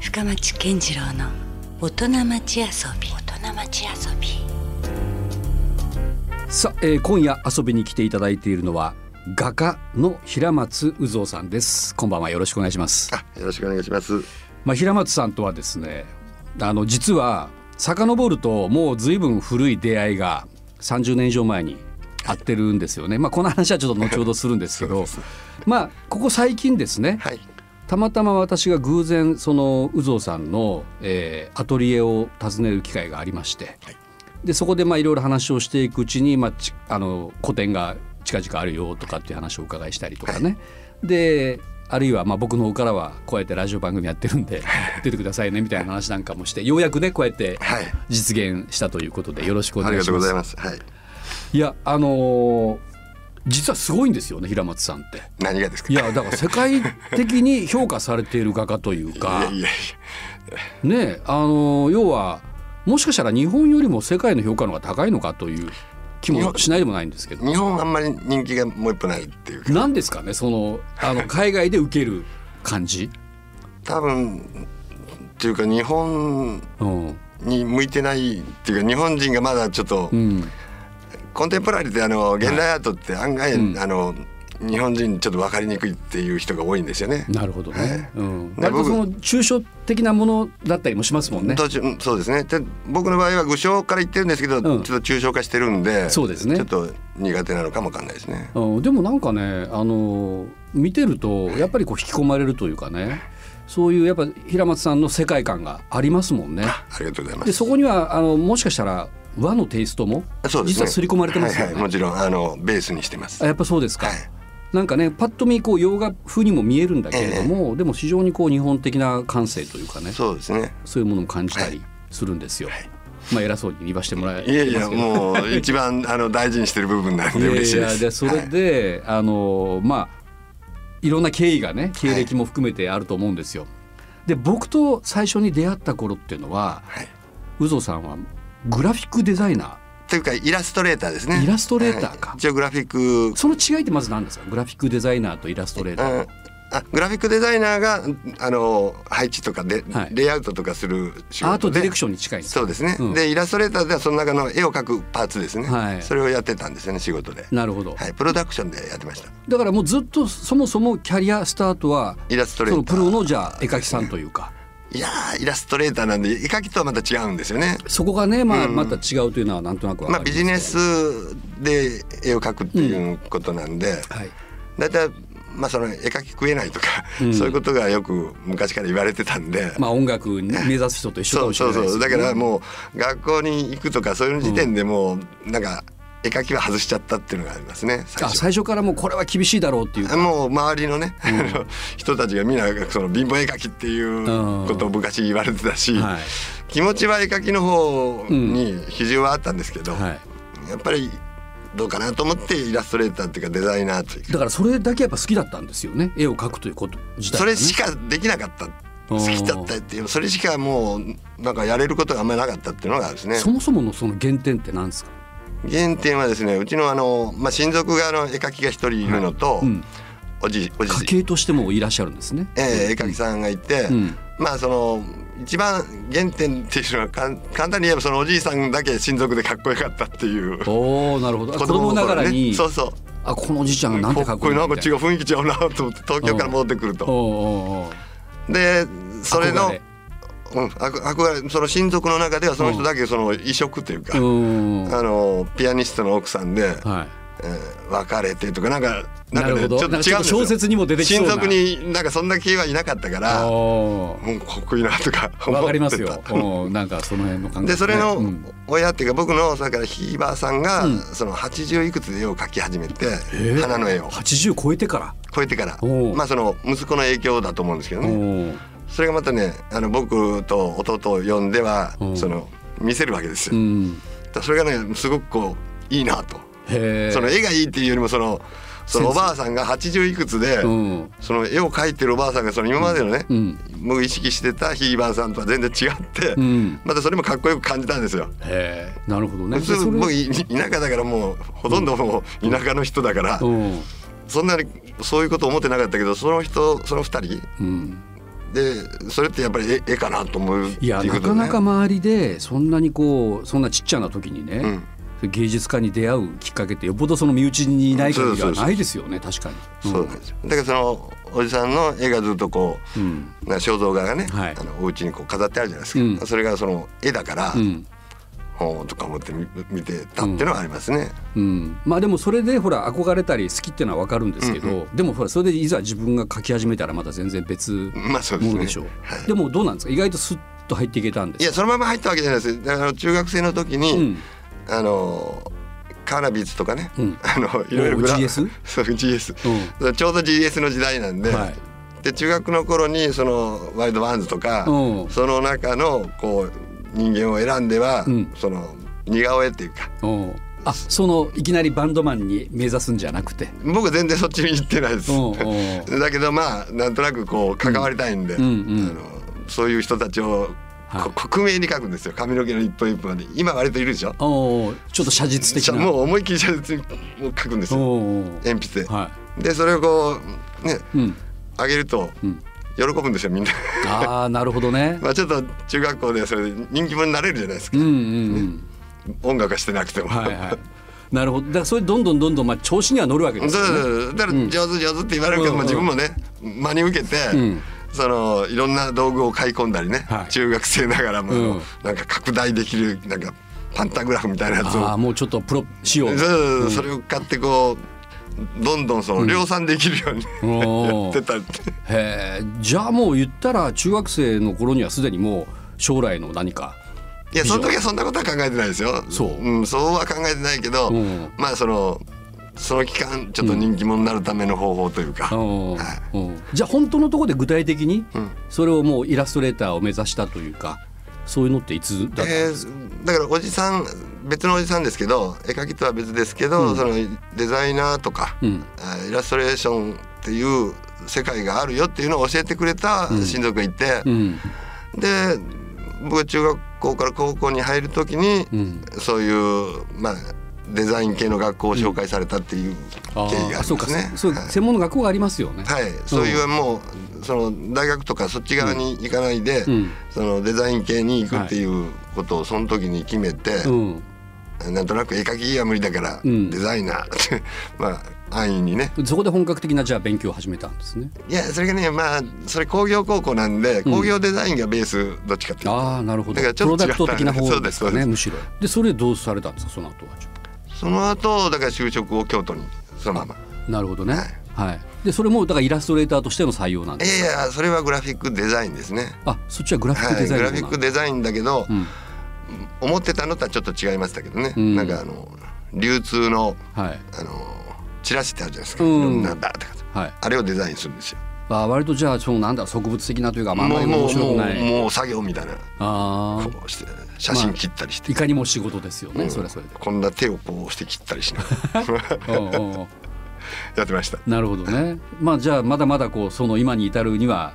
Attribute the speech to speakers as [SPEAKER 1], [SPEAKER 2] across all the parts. [SPEAKER 1] 深町健次郎の大人町遊び大人町遊び
[SPEAKER 2] さあ、えー、今夜遊びに来ていただいているのは画家の平松宇蔵さんですこんばんはよろしくお願いします
[SPEAKER 3] あよろしくお願いします。
[SPEAKER 2] まあ平松さんとはですねあの実は遡るともう随分古い出会いが30年以上前にあってるんですよねまあこの話はちょっと後ほどするんですけどまあここ最近ですね、
[SPEAKER 3] はい。
[SPEAKER 2] たまたま私が偶然その有蔵さんの、えーアトリエを訪ねる機会がありまして、
[SPEAKER 3] はい
[SPEAKER 2] でそこでまあいろいろ話をしていくうちに、まあ、ちあの個展が近々あるよとかっていう話をお伺いしたりとかね、であるいはまあ僕の方からはこうやってラジオ番組やってるんで出てくださいねみたいな話なんかもしてようやくねこうやって
[SPEAKER 3] はい
[SPEAKER 2] 実現したということでよろしくお
[SPEAKER 3] あり
[SPEAKER 2] 願い
[SPEAKER 3] が
[SPEAKER 2] し
[SPEAKER 3] とう
[SPEAKER 2] ま
[SPEAKER 3] ご
[SPEAKER 2] す。
[SPEAKER 3] ざ
[SPEAKER 2] い
[SPEAKER 3] います。はい。
[SPEAKER 2] やあのー実はすごいんですよね平松さんって。
[SPEAKER 3] 何がですか。
[SPEAKER 2] いやだから世界的に評価されている画家というか。
[SPEAKER 3] いやいや
[SPEAKER 2] ねあの要はもしかしたら日本よりも世界の評価の方が高いのかという気もしないでもないんですけど
[SPEAKER 3] 日本あんまり人気がもう一歩ないっていうか、
[SPEAKER 2] 何ですかねそのあの海外で受ける感じ、
[SPEAKER 3] 多分っていうか日本
[SPEAKER 2] うん
[SPEAKER 3] に向いてないっていうか日本人がまだちょっと、
[SPEAKER 2] うん、
[SPEAKER 3] コンテンポラリーってあの現代アートって案外、
[SPEAKER 2] うん
[SPEAKER 3] あの日本人にちょっと分かりにくいっていう人が多いんですよね。
[SPEAKER 2] なるほどね、うん、
[SPEAKER 3] だ
[SPEAKER 2] 割と
[SPEAKER 3] 僕
[SPEAKER 2] その抽象的なものだったりもしますもんね
[SPEAKER 3] 途中うんそうですねで僕の場合は具象から言ってるんですけど、
[SPEAKER 2] うん
[SPEAKER 3] ちょっと抽象化してるんで
[SPEAKER 2] そうですね
[SPEAKER 3] ちょっと苦手なのかもわかんないですね。
[SPEAKER 2] うん、でもなんかねあの見てるとやっぱりこう引き込まれるというかねそういうやっぱ平松さんの世界観がありますもんね。
[SPEAKER 3] ありがとうございます
[SPEAKER 2] で。そこにはあのもしかしたら和のテイストも
[SPEAKER 3] そうです
[SPEAKER 2] 実
[SPEAKER 3] ね
[SPEAKER 2] は刷り込まれてますよね。
[SPEAKER 3] はいはいもちろんあのベースにしてます
[SPEAKER 2] あ。やっぱそうですか、
[SPEAKER 3] はい
[SPEAKER 2] なんかねパッと見こう洋画風にも見えるんだけれども、でも非常にこう日本的な感性というかねそう
[SPEAKER 3] そうです
[SPEAKER 2] い
[SPEAKER 3] ね。
[SPEAKER 2] うものを感じたりするんですよ、まあ偉そうに言わしてもらえ
[SPEAKER 3] いやい
[SPEAKER 2] ま
[SPEAKER 3] や
[SPEAKER 2] すけど
[SPEAKER 3] もう一番あの大事にしてる部分なんで嬉しい
[SPEAKER 2] い
[SPEAKER 3] で
[SPEAKER 2] やいや
[SPEAKER 3] す。
[SPEAKER 2] でそれ
[SPEAKER 3] はい
[SPEAKER 2] で、あのまあいろんな経緯がね経歴も含めてあると思うんですよ、で僕と最初に出会った頃っていうのは
[SPEAKER 3] はい。
[SPEAKER 2] 有蔵さんはグラフィックデザイナ
[SPEAKER 3] というかイラストレーターですね。
[SPEAKER 2] イラストレーターか
[SPEAKER 3] はい一応グラフィック
[SPEAKER 2] ー。その違いってまず何ですかグラフィックデザイナーとイラストレーター、
[SPEAKER 3] うんあグラフィックデザイナーがあの配置とかで、
[SPEAKER 2] はい
[SPEAKER 3] レイアウトとかする仕事で
[SPEAKER 2] アートディレクションに近いんですか
[SPEAKER 3] そうですね、
[SPEAKER 2] うん
[SPEAKER 3] でイラストレーターではその中の絵を描くパーツですね、
[SPEAKER 2] はい
[SPEAKER 3] それをやってたんですよね仕事で、
[SPEAKER 2] なるほど、
[SPEAKER 3] はい、プロダクションでやってました
[SPEAKER 2] だからもうずっとそもそもキャリアスタートは
[SPEAKER 3] イラストレー
[SPEAKER 2] そ
[SPEAKER 3] タ
[SPEAKER 2] の
[SPEAKER 3] ー
[SPEAKER 2] プロのじゃあ絵描きさんというか
[SPEAKER 3] いやーイラストレーターなんで絵描きとはまた違うんですよね
[SPEAKER 2] そこがねまあまた違うというのはなんとなくわ
[SPEAKER 3] ま
[SPEAKER 2] か
[SPEAKER 3] あ、
[SPEAKER 2] り
[SPEAKER 3] ビ
[SPEAKER 2] ます
[SPEAKER 3] ジネスで絵を描くっていうことなんで、
[SPEAKER 2] はい
[SPEAKER 3] だいたいまあその絵描き食えないとか、そういうことがよく昔から言われてたんで、
[SPEAKER 2] まあ音楽に目指す人と一緒か
[SPEAKER 3] そ
[SPEAKER 2] も
[SPEAKER 3] う
[SPEAKER 2] しれ
[SPEAKER 3] そ
[SPEAKER 2] ない
[SPEAKER 3] う
[SPEAKER 2] です
[SPEAKER 3] そうだ
[SPEAKER 2] け
[SPEAKER 3] か
[SPEAKER 2] ど
[SPEAKER 3] らもう学校に行くとかそういう時点でもうなんか絵描きは外しちゃったっていうのがありますね最
[SPEAKER 2] あ
[SPEAKER 3] 初。
[SPEAKER 2] 最初からもうこれは厳しいだろうっていうか
[SPEAKER 3] もう周りのね、 あの人たちがみんなその貧乏絵描きっていうことを昔言われてたし、
[SPEAKER 2] はい
[SPEAKER 3] 気持ちは絵描きの方に比重はあったんですけど、
[SPEAKER 2] はい
[SPEAKER 3] やっぱりどうかなと思ってイラストレーターっていうかデザイナーというか
[SPEAKER 2] だからそれだけやっぱ好きだったんですよね絵を描くということ自体
[SPEAKER 3] そ
[SPEAKER 2] がね
[SPEAKER 3] れしかできなかった好きだったっていうそれしかもうなんかやれることがあんまりなかったっていうのがあるんですね
[SPEAKER 2] そもそものその原点って何ですか
[SPEAKER 3] 原点はですねうちのあの、まあ、親族があの絵描きが一人いるのと、
[SPEAKER 2] うん
[SPEAKER 3] おじお
[SPEAKER 2] 家
[SPEAKER 3] じ、
[SPEAKER 2] 系としてもいらっしゃるんですね
[SPEAKER 3] ええ絵描きさんがいて、
[SPEAKER 2] ん
[SPEAKER 3] まあその一番原点っていうのはかん簡単に言えばそのおじいさんだけ親族でかっこよかったっていう
[SPEAKER 2] おおなるほどあ 子供ながらに
[SPEAKER 3] そうそう
[SPEAKER 2] あこのおじいちゃんなんてかっこいいんだ
[SPEAKER 3] なん
[SPEAKER 2] み
[SPEAKER 3] か
[SPEAKER 2] たい
[SPEAKER 3] 違
[SPEAKER 2] な
[SPEAKER 3] う雰囲気違うなと思って東京から戻ってくると。
[SPEAKER 2] おーおーおー
[SPEAKER 3] でそれ
[SPEAKER 2] 憧
[SPEAKER 3] の
[SPEAKER 2] れ
[SPEAKER 3] うん、あこ憧れその親族の中ではその人だけその異色というか、
[SPEAKER 2] うん
[SPEAKER 3] あのピアニストの奥さんで、
[SPEAKER 2] はい
[SPEAKER 3] えー別れてとかなんか
[SPEAKER 2] なる
[SPEAKER 3] んかね
[SPEAKER 2] ほど
[SPEAKER 3] ちょっと違うんですよ
[SPEAKER 2] なんかちょっと小説にも出てきそうな
[SPEAKER 3] 親族になんかそんな気はいなかったからも
[SPEAKER 2] お
[SPEAKER 3] うかっこいいなとか思ってた
[SPEAKER 2] わかりますよ。おなんかその辺の感覚、
[SPEAKER 3] でそれの
[SPEAKER 2] うん
[SPEAKER 3] 親っていうか僕のそれからひいばあさんが、
[SPEAKER 2] うん
[SPEAKER 3] その80いくつで絵を描き始めて、
[SPEAKER 2] えー
[SPEAKER 3] 花の絵を
[SPEAKER 2] 80超えてから。
[SPEAKER 3] 超えてから
[SPEAKER 2] おう
[SPEAKER 3] まあその息子の影響だと思うんですけど
[SPEAKER 2] お
[SPEAKER 3] ね
[SPEAKER 2] ー
[SPEAKER 3] それがまたねあの僕と弟を呼んでは
[SPEAKER 2] うん
[SPEAKER 3] その見せるわけです
[SPEAKER 2] う
[SPEAKER 3] よ。
[SPEAKER 2] ん。
[SPEAKER 3] だからそれがねすごくこういいなと、
[SPEAKER 2] へえ。
[SPEAKER 3] その絵がいいっていうよりもそのそのおばあさんが80いくつで、
[SPEAKER 2] うん。
[SPEAKER 3] その絵を描いてるおばあさんがその今までのね、
[SPEAKER 2] うん。
[SPEAKER 3] 僕意識してたひいばあさんとは全然違って、
[SPEAKER 2] うん。
[SPEAKER 3] またそれもかっこよく感じたんですよ。
[SPEAKER 2] へえ。なるほどね。
[SPEAKER 3] 普
[SPEAKER 2] でそ
[SPEAKER 3] 通
[SPEAKER 2] れ
[SPEAKER 3] もうい田舎だからもうほとんどもう田舎の人だから、
[SPEAKER 2] うん。
[SPEAKER 3] そんなにそういうこと思ってなかったけどその人その2人
[SPEAKER 2] うん。
[SPEAKER 3] でそれってやっぱり絵絵かなと思うって
[SPEAKER 2] いや
[SPEAKER 3] いうこ
[SPEAKER 2] な
[SPEAKER 3] と
[SPEAKER 2] か
[SPEAKER 3] ね
[SPEAKER 2] なか周りでそんなにこうそんなちっちゃな時に
[SPEAKER 3] う
[SPEAKER 2] ね、
[SPEAKER 3] ん、
[SPEAKER 2] 芸術家に出会うきっかけってよっぽどその身内にいない限りはないですよね確かに。
[SPEAKER 3] そうなんですよだからそのおじさんの絵がずっとこう
[SPEAKER 2] うん
[SPEAKER 3] な肖像画がね、
[SPEAKER 2] はい
[SPEAKER 3] あのお家にこう飾ってあるじゃないですか、
[SPEAKER 2] うん
[SPEAKER 3] それがその絵だから、
[SPEAKER 2] うん
[SPEAKER 3] ほうとか思って見見てたっていうのはありますね、
[SPEAKER 2] うん、まあでもそれでほら憧れたり好きっていうのは分かるんですけど、でもほらそれでいざ自分が描き始めたらまた全然別も
[SPEAKER 3] まあそうです
[SPEAKER 2] の
[SPEAKER 3] ね
[SPEAKER 2] でしょう、
[SPEAKER 3] はい
[SPEAKER 2] でもどうなんですか意外とスッと入っていけたんで
[SPEAKER 3] い
[SPEAKER 2] す
[SPEAKER 3] やそのまま入ったわけじゃないですよだから中学生の時に、
[SPEAKER 2] うん
[SPEAKER 3] あのカーナビーズとかね、
[SPEAKER 2] うん
[SPEAKER 3] あのいろいろ
[SPEAKER 2] お
[SPEAKER 3] グラ
[SPEAKER 2] GS？
[SPEAKER 3] そう GS、ちょうど GS の時代なんで、
[SPEAKER 2] はい
[SPEAKER 3] で中学の頃にそのワイドワンズとか、
[SPEAKER 2] うん
[SPEAKER 3] その中のこう人間を選んでは、
[SPEAKER 2] うん
[SPEAKER 3] その似顔絵っていうか
[SPEAKER 2] うんあそのいきなりバンドマンに目指すんじゃなくて
[SPEAKER 3] 僕全然そっちに行ってないです
[SPEAKER 2] うんう
[SPEAKER 3] だけどまあなんとなくこう関わりたいんで、
[SPEAKER 2] うんうん
[SPEAKER 3] あのそういう人たちを
[SPEAKER 2] はい
[SPEAKER 3] こ克明に書くんですよ髪の毛の一本一本に今割といるでしょ
[SPEAKER 2] おーちょっと写実的な
[SPEAKER 3] もう思いっきり写実にもう書くんですよ
[SPEAKER 2] おー
[SPEAKER 3] 鉛筆で、
[SPEAKER 2] は
[SPEAKER 3] でそれをこうね
[SPEAKER 2] い、うん
[SPEAKER 3] あげると
[SPEAKER 2] うん、
[SPEAKER 3] 喜ぶんですよみんな
[SPEAKER 2] ああなるほどね
[SPEAKER 3] まあちょっと中学校でそれで人気者になれるじゃないです
[SPEAKER 2] う
[SPEAKER 3] か、
[SPEAKER 2] んうんうん
[SPEAKER 3] 音楽はしてなくても、
[SPEAKER 2] はいはいなるほどだからそれどんどんどんどんまあ調子には乗るわけ
[SPEAKER 3] そ
[SPEAKER 2] で
[SPEAKER 3] う
[SPEAKER 2] すよね
[SPEAKER 3] そうそうだから上手上手って言われるけ
[SPEAKER 2] う
[SPEAKER 3] ど、
[SPEAKER 2] ん
[SPEAKER 3] まあ自分もね真に受けて、
[SPEAKER 2] ん
[SPEAKER 3] そのいろんな道具を買い込んだりね、
[SPEAKER 2] はい
[SPEAKER 3] 中学生ながらも、
[SPEAKER 2] うん
[SPEAKER 3] なんか拡大できるなんかパンタグラフみたいなやつ
[SPEAKER 2] ああ
[SPEAKER 3] を
[SPEAKER 2] もうちょっとプロ仕様
[SPEAKER 3] そうそうそうそれを買ってこうどんどんその量産できるように、
[SPEAKER 2] お
[SPEAKER 3] や
[SPEAKER 2] ー
[SPEAKER 3] ってたって
[SPEAKER 2] へえじゃあもう言ったら中学生の頃にはすでにもう将来の何か
[SPEAKER 3] いやその時はそんなことは考えてないですよ、
[SPEAKER 2] そうん
[SPEAKER 3] そうは考えてないけど、
[SPEAKER 2] うん
[SPEAKER 3] まあそのその期間ちょっと人気者になるための方法というか、
[SPEAKER 2] うん
[SPEAKER 3] は
[SPEAKER 2] うんじゃあ本当のところで具体的に
[SPEAKER 3] ん
[SPEAKER 2] それをもうイラストレーターを目指したというかそういうのっていつだった
[SPEAKER 3] えーだからおじさん別のおじさんですけど絵描きとは別ですけど、そのデザイナーとか、
[SPEAKER 2] うん
[SPEAKER 3] あイラストレーションっていう世界があるよっていうのを教えてくれた親族がいて、
[SPEAKER 2] うん
[SPEAKER 3] で僕は中学校から高校に入る時に、
[SPEAKER 2] ん
[SPEAKER 3] そういう、まあ、デザイン系の学校を紹介されたっていう
[SPEAKER 2] あ
[SPEAKER 3] 経緯が
[SPEAKER 2] ー
[SPEAKER 3] あ
[SPEAKER 2] そう
[SPEAKER 3] りま
[SPEAKER 2] か
[SPEAKER 3] すね。
[SPEAKER 2] そう
[SPEAKER 3] はい
[SPEAKER 2] 専門の学校がありますよね
[SPEAKER 3] はい、そういうもうその大学とかそっち側に行かないで、
[SPEAKER 2] うん
[SPEAKER 3] そのデザイン系に行くっていうことをその時に決めて、
[SPEAKER 2] うん
[SPEAKER 3] なんとなく絵描きは無理だから、
[SPEAKER 2] うん
[SPEAKER 3] デザイナー ってまあ安易にね
[SPEAKER 2] そこで本格的なじゃあ勉強を始めたんですね
[SPEAKER 3] いやそれがねまあそれ工業高校なんで工業デザインがベースどっちかっていうと、
[SPEAKER 2] ああなるほど
[SPEAKER 3] だからち
[SPEAKER 2] プ
[SPEAKER 3] ょ
[SPEAKER 2] ロ
[SPEAKER 3] っと
[SPEAKER 2] ダ
[SPEAKER 3] 違っ
[SPEAKER 2] ク
[SPEAKER 3] た
[SPEAKER 2] ト的な
[SPEAKER 3] そ
[SPEAKER 2] 方
[SPEAKER 3] うで
[SPEAKER 2] ですすか
[SPEAKER 3] そうで
[SPEAKER 2] ね
[SPEAKER 3] す
[SPEAKER 2] むしろでそれどうされたんですかその後は
[SPEAKER 3] その後だから就職を京都にそのまま
[SPEAKER 2] なるほどねはいでそれもだからイラストレーターとしての採用なんで
[SPEAKER 3] い
[SPEAKER 2] す
[SPEAKER 3] やいやそれはグラフィックデザインですね
[SPEAKER 2] あそっちはグラフィック
[SPEAKER 3] は
[SPEAKER 2] デ
[SPEAKER 3] い
[SPEAKER 2] ザイ
[SPEAKER 3] グ
[SPEAKER 2] ン
[SPEAKER 3] ラフィックデザインだけど、
[SPEAKER 2] ん
[SPEAKER 3] 思ってたのとはちょっと違いましたけどね、
[SPEAKER 2] ん
[SPEAKER 3] なんかあの流通の
[SPEAKER 2] はい
[SPEAKER 3] あのチラシってあるじゃないですか、
[SPEAKER 2] うん
[SPEAKER 3] いろんなだとか
[SPEAKER 2] はい
[SPEAKER 3] あれをデザインするんですよ
[SPEAKER 2] あ割とじゃあそのなんだろう植物的なというかまああん
[SPEAKER 3] も
[SPEAKER 2] ま
[SPEAKER 3] う
[SPEAKER 2] り
[SPEAKER 3] も
[SPEAKER 2] 面
[SPEAKER 3] う
[SPEAKER 2] 白
[SPEAKER 3] も
[SPEAKER 2] く
[SPEAKER 3] う
[SPEAKER 2] ない
[SPEAKER 3] もう作業みたいな
[SPEAKER 2] あ
[SPEAKER 3] こうして写真切ったりして、
[SPEAKER 2] ーいかにも仕事ですよね、それはそれで
[SPEAKER 3] こんな手をこうして切ったりしなが ら
[SPEAKER 2] おうおうおう
[SPEAKER 3] やってました
[SPEAKER 2] なるほどねまあじゃあまだまだこうその今に至るには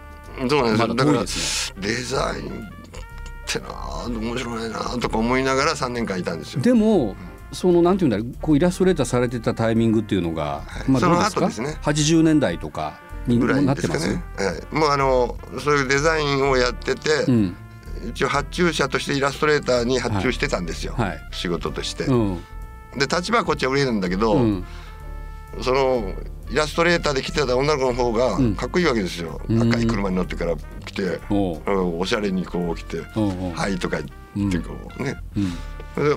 [SPEAKER 3] そうなんですよ、
[SPEAKER 2] まだ
[SPEAKER 3] だか
[SPEAKER 2] 遠い
[SPEAKER 3] ら
[SPEAKER 2] です
[SPEAKER 3] デザインってなあ面白いなあとか思いながら3年間いたんですよ
[SPEAKER 2] でもそのなんていうんだろうこうイラストレーターされてたタイミングっていうのが、
[SPEAKER 3] い
[SPEAKER 2] まあ
[SPEAKER 3] そ
[SPEAKER 2] ど
[SPEAKER 3] の
[SPEAKER 2] うですか
[SPEAKER 3] 後ですね
[SPEAKER 2] 80年代とかに
[SPEAKER 3] ぐら
[SPEAKER 2] ないって
[SPEAKER 3] です
[SPEAKER 2] ま
[SPEAKER 3] か
[SPEAKER 2] す
[SPEAKER 3] ね、はい、もうあのそういうデザインをやってて、
[SPEAKER 2] うん
[SPEAKER 3] 一応発注者としてイラストレーターに発注してたんですよ、
[SPEAKER 2] はい
[SPEAKER 3] 仕事として、
[SPEAKER 2] うん
[SPEAKER 3] で立場はこっちは売れるんだけど、
[SPEAKER 2] うん
[SPEAKER 3] そのイラストレーターで来てた女の子の方が
[SPEAKER 2] ん
[SPEAKER 3] かっこいいわけですよ、
[SPEAKER 2] ん
[SPEAKER 3] 赤い車に乗ってから来て、
[SPEAKER 2] おう
[SPEAKER 3] うんおしゃれにこう来て「
[SPEAKER 2] おうおう
[SPEAKER 3] はい」とか言ってこうね、
[SPEAKER 2] うん
[SPEAKER 3] で、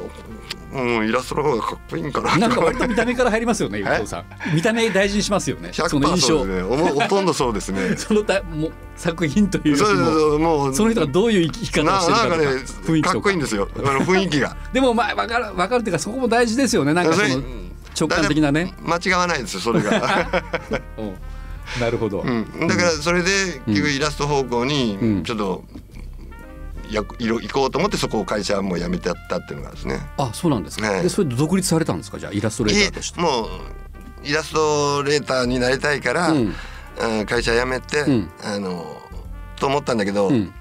[SPEAKER 3] うん、イラストの方がかっこいいんかな
[SPEAKER 2] なん
[SPEAKER 3] と
[SPEAKER 2] か
[SPEAKER 3] か
[SPEAKER 2] 割と見た目から入りますよね、伊藤さん。見た目大事にしますよね。
[SPEAKER 3] 100%
[SPEAKER 2] その印
[SPEAKER 3] そ
[SPEAKER 2] 象
[SPEAKER 3] う、ですねおもほとんどそうです ね
[SPEAKER 2] そのたもう作品というよりも
[SPEAKER 3] そう
[SPEAKER 2] そ
[SPEAKER 3] そうそうもう
[SPEAKER 2] の人がどういう生き方を
[SPEAKER 3] な
[SPEAKER 2] してるか
[SPEAKER 3] な
[SPEAKER 2] と
[SPEAKER 3] ん
[SPEAKER 2] か
[SPEAKER 3] かね
[SPEAKER 2] 雰囲気と
[SPEAKER 3] か
[SPEAKER 2] か。
[SPEAKER 3] っこいいんですよあの雰囲気が
[SPEAKER 2] でもまあわかるわかるっていうかそこも大事ですよね。なんかそ
[SPEAKER 3] そ
[SPEAKER 2] の
[SPEAKER 3] れ
[SPEAKER 2] 直感的なね。
[SPEAKER 3] 間違わないですよそれ が、
[SPEAKER 2] うんなるほど。
[SPEAKER 3] うん、だからそれで結局イラスト方向
[SPEAKER 2] うん
[SPEAKER 3] にちょっと、や行こうと思ってそこを会社はもう辞めてやったっていうのがですね
[SPEAKER 2] あ、そうなんですか。
[SPEAKER 3] はい
[SPEAKER 2] でそれで独立されたんですかじゃあイラストレーターとして。
[SPEAKER 3] えもうイラストレーターになりたいから、
[SPEAKER 2] うん
[SPEAKER 3] うん会社辞めて、
[SPEAKER 2] ん
[SPEAKER 3] あのと思ったんだけど、
[SPEAKER 2] ん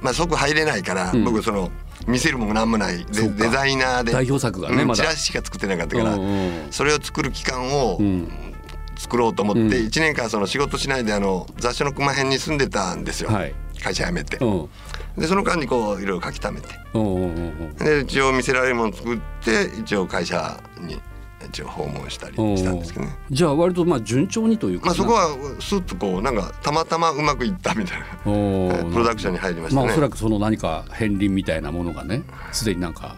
[SPEAKER 3] まあ即入れないから、
[SPEAKER 2] ん
[SPEAKER 3] 僕その見せるもんなんもない
[SPEAKER 2] そ
[SPEAKER 3] デ
[SPEAKER 2] うか
[SPEAKER 3] デザイナーで
[SPEAKER 2] 代表作がね
[SPEAKER 3] うん
[SPEAKER 2] まだ
[SPEAKER 3] チラシしか作ってなかったから、
[SPEAKER 2] うんうん
[SPEAKER 3] それを作る期間を、
[SPEAKER 2] ん
[SPEAKER 3] 作ろうと思って
[SPEAKER 2] うん
[SPEAKER 3] 1年間その仕事しないであの雑誌の熊編に住んでたんですよ、
[SPEAKER 2] はい
[SPEAKER 3] 会社辞めて
[SPEAKER 2] う、ん
[SPEAKER 3] でその間にこういろいろ書き溜めて
[SPEAKER 2] うんうんうん
[SPEAKER 3] で一応見せられるもの作って一応会社に一応訪問したり
[SPEAKER 2] うん
[SPEAKER 3] したんですけどね
[SPEAKER 2] じゃあ割とまあ順調にというか
[SPEAKER 3] まあそこはスッとこうなんかたまたまうまくいったみたいな
[SPEAKER 2] おー
[SPEAKER 3] プロダクションに入りましたね
[SPEAKER 2] まあおそらくその何か片鱗みたいなものがねすでになんか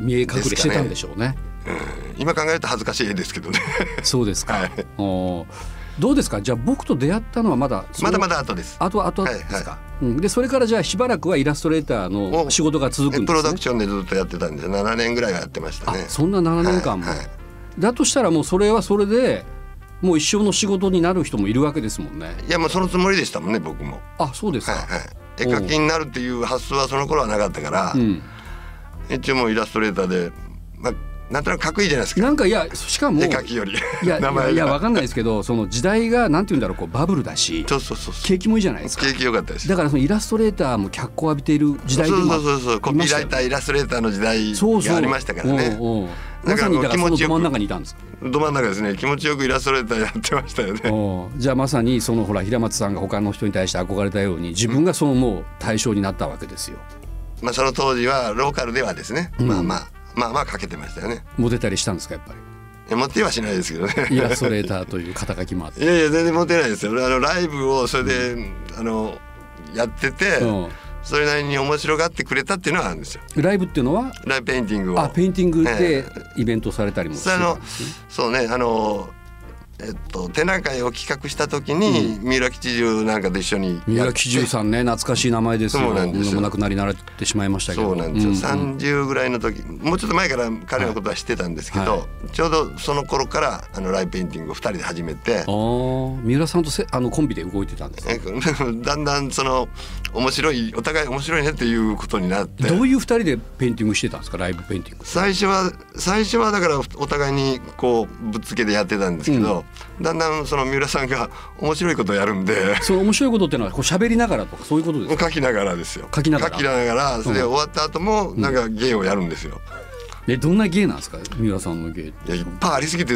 [SPEAKER 2] 見え隠れしてたんでしょうね
[SPEAKER 3] 今考えると恥ずかしい絵ですけどね
[SPEAKER 2] そうですか、
[SPEAKER 3] はい
[SPEAKER 2] おーどうですかじゃあ僕と出会ったのはまだその
[SPEAKER 3] まだまだ後です
[SPEAKER 2] あとはあとは
[SPEAKER 3] はい
[SPEAKER 2] で
[SPEAKER 3] はい
[SPEAKER 2] すか、うん、でそれからじゃあしばらくはイラストレーターの仕事が続くんです、ね、
[SPEAKER 3] プロダクションでずっとやってたんで7年ぐらいはやってました
[SPEAKER 2] あ
[SPEAKER 3] ね
[SPEAKER 2] そんな7年間も、
[SPEAKER 3] はいはい
[SPEAKER 2] だとしたらもうそれはそれでもう一生の仕事になる人もいるわけですもんね
[SPEAKER 3] いやもうそのつもりでしたもんね僕も
[SPEAKER 2] あそうですか、
[SPEAKER 3] はいはい絵描きになるっていう発想はその頃はなかったから、
[SPEAKER 2] うん、
[SPEAKER 3] 一応もうイラストレーターでまあなんとなくかっこいいじゃないですか
[SPEAKER 2] なんかいやしかも
[SPEAKER 3] 絵描きより
[SPEAKER 2] いや
[SPEAKER 3] 名前が
[SPEAKER 2] いやわかんないですけどその時代がなんて言うんだろうこうバブルだし
[SPEAKER 3] そうそうそうそう
[SPEAKER 2] 景気もいいじゃないですか
[SPEAKER 3] 景気良かったです
[SPEAKER 2] だからそのイラストレーターも脚光を浴びている時代で
[SPEAKER 3] そう
[SPEAKER 2] もあ
[SPEAKER 3] そうそうそうコピ
[SPEAKER 2] いまし
[SPEAKER 3] ー
[SPEAKER 2] た
[SPEAKER 3] ラ
[SPEAKER 2] よ
[SPEAKER 3] イターイラストレーターの時代
[SPEAKER 2] そうそう
[SPEAKER 3] がありましたからね
[SPEAKER 2] おうおう
[SPEAKER 3] だ
[SPEAKER 2] ま
[SPEAKER 3] から
[SPEAKER 2] さにだからそ
[SPEAKER 3] 気持
[SPEAKER 2] の
[SPEAKER 3] ちよ
[SPEAKER 2] ど真
[SPEAKER 3] く
[SPEAKER 2] ん中にいたんですか
[SPEAKER 3] ど真ん中ですね気持ちよくイラストレーターやってましたよね
[SPEAKER 2] おうじゃあまさにそのほら平松さんが他の人に対して憧れたように自分がそのもう対象になったわけですよ
[SPEAKER 3] まあその当時はローカルではですね、まあまあまあまあかけてましたよね
[SPEAKER 2] モテたりしたんですかやっぱり
[SPEAKER 3] いやモテはしないですけどね
[SPEAKER 2] イラストレーターという肩書きもあって。
[SPEAKER 3] いやいや全然モテないですよあのライブをそれで、あのやってて、
[SPEAKER 2] う
[SPEAKER 3] それなりに面白がってくれたっていうのはあるんですよ
[SPEAKER 2] ん、ライブっていうのは
[SPEAKER 3] ライブペインティングを
[SPEAKER 2] あペインティングで
[SPEAKER 3] え
[SPEAKER 2] イベントされたりも
[SPEAKER 3] 実
[SPEAKER 2] す
[SPEAKER 3] 際
[SPEAKER 2] る
[SPEAKER 3] あのそうねあのえっと展覧会を企画した時に、三浦吉十なんかと一緒に
[SPEAKER 2] 三
[SPEAKER 3] や
[SPEAKER 2] 浦
[SPEAKER 3] って
[SPEAKER 2] 喜重さんね懐かしい名前ですよ
[SPEAKER 3] そうなんですよ
[SPEAKER 2] もう亡くなりになられてしまいましたけど
[SPEAKER 3] そうなんですよ、
[SPEAKER 2] う
[SPEAKER 3] 30ぐらいの時もうちょっと前から彼のことは知ってたんですけど、
[SPEAKER 2] は
[SPEAKER 3] ちょうどその頃からあのライブペインティングを2人で始めて
[SPEAKER 2] あー三浦さんとせあのコンビで動いてたんですね
[SPEAKER 3] えだんだんその面白いお互い面白いねっていうことになって
[SPEAKER 2] どういう二人でペインティングしてたんですかライブペインティング
[SPEAKER 3] 最初は最初はだからお互いにこうぶっつけでやってたんですけど、だんだんその三浦さんが面白いことをやる んで。
[SPEAKER 2] その面白いことっていうのはこう喋りながらとかそういうことですか
[SPEAKER 3] 書きながらですよ
[SPEAKER 2] 書きながら
[SPEAKER 3] それで終わった後もなんか芸をやるんですよ、
[SPEAKER 2] えどんな芸なんですか三浦さんの芸って
[SPEAKER 3] いやいっぱいありすぎて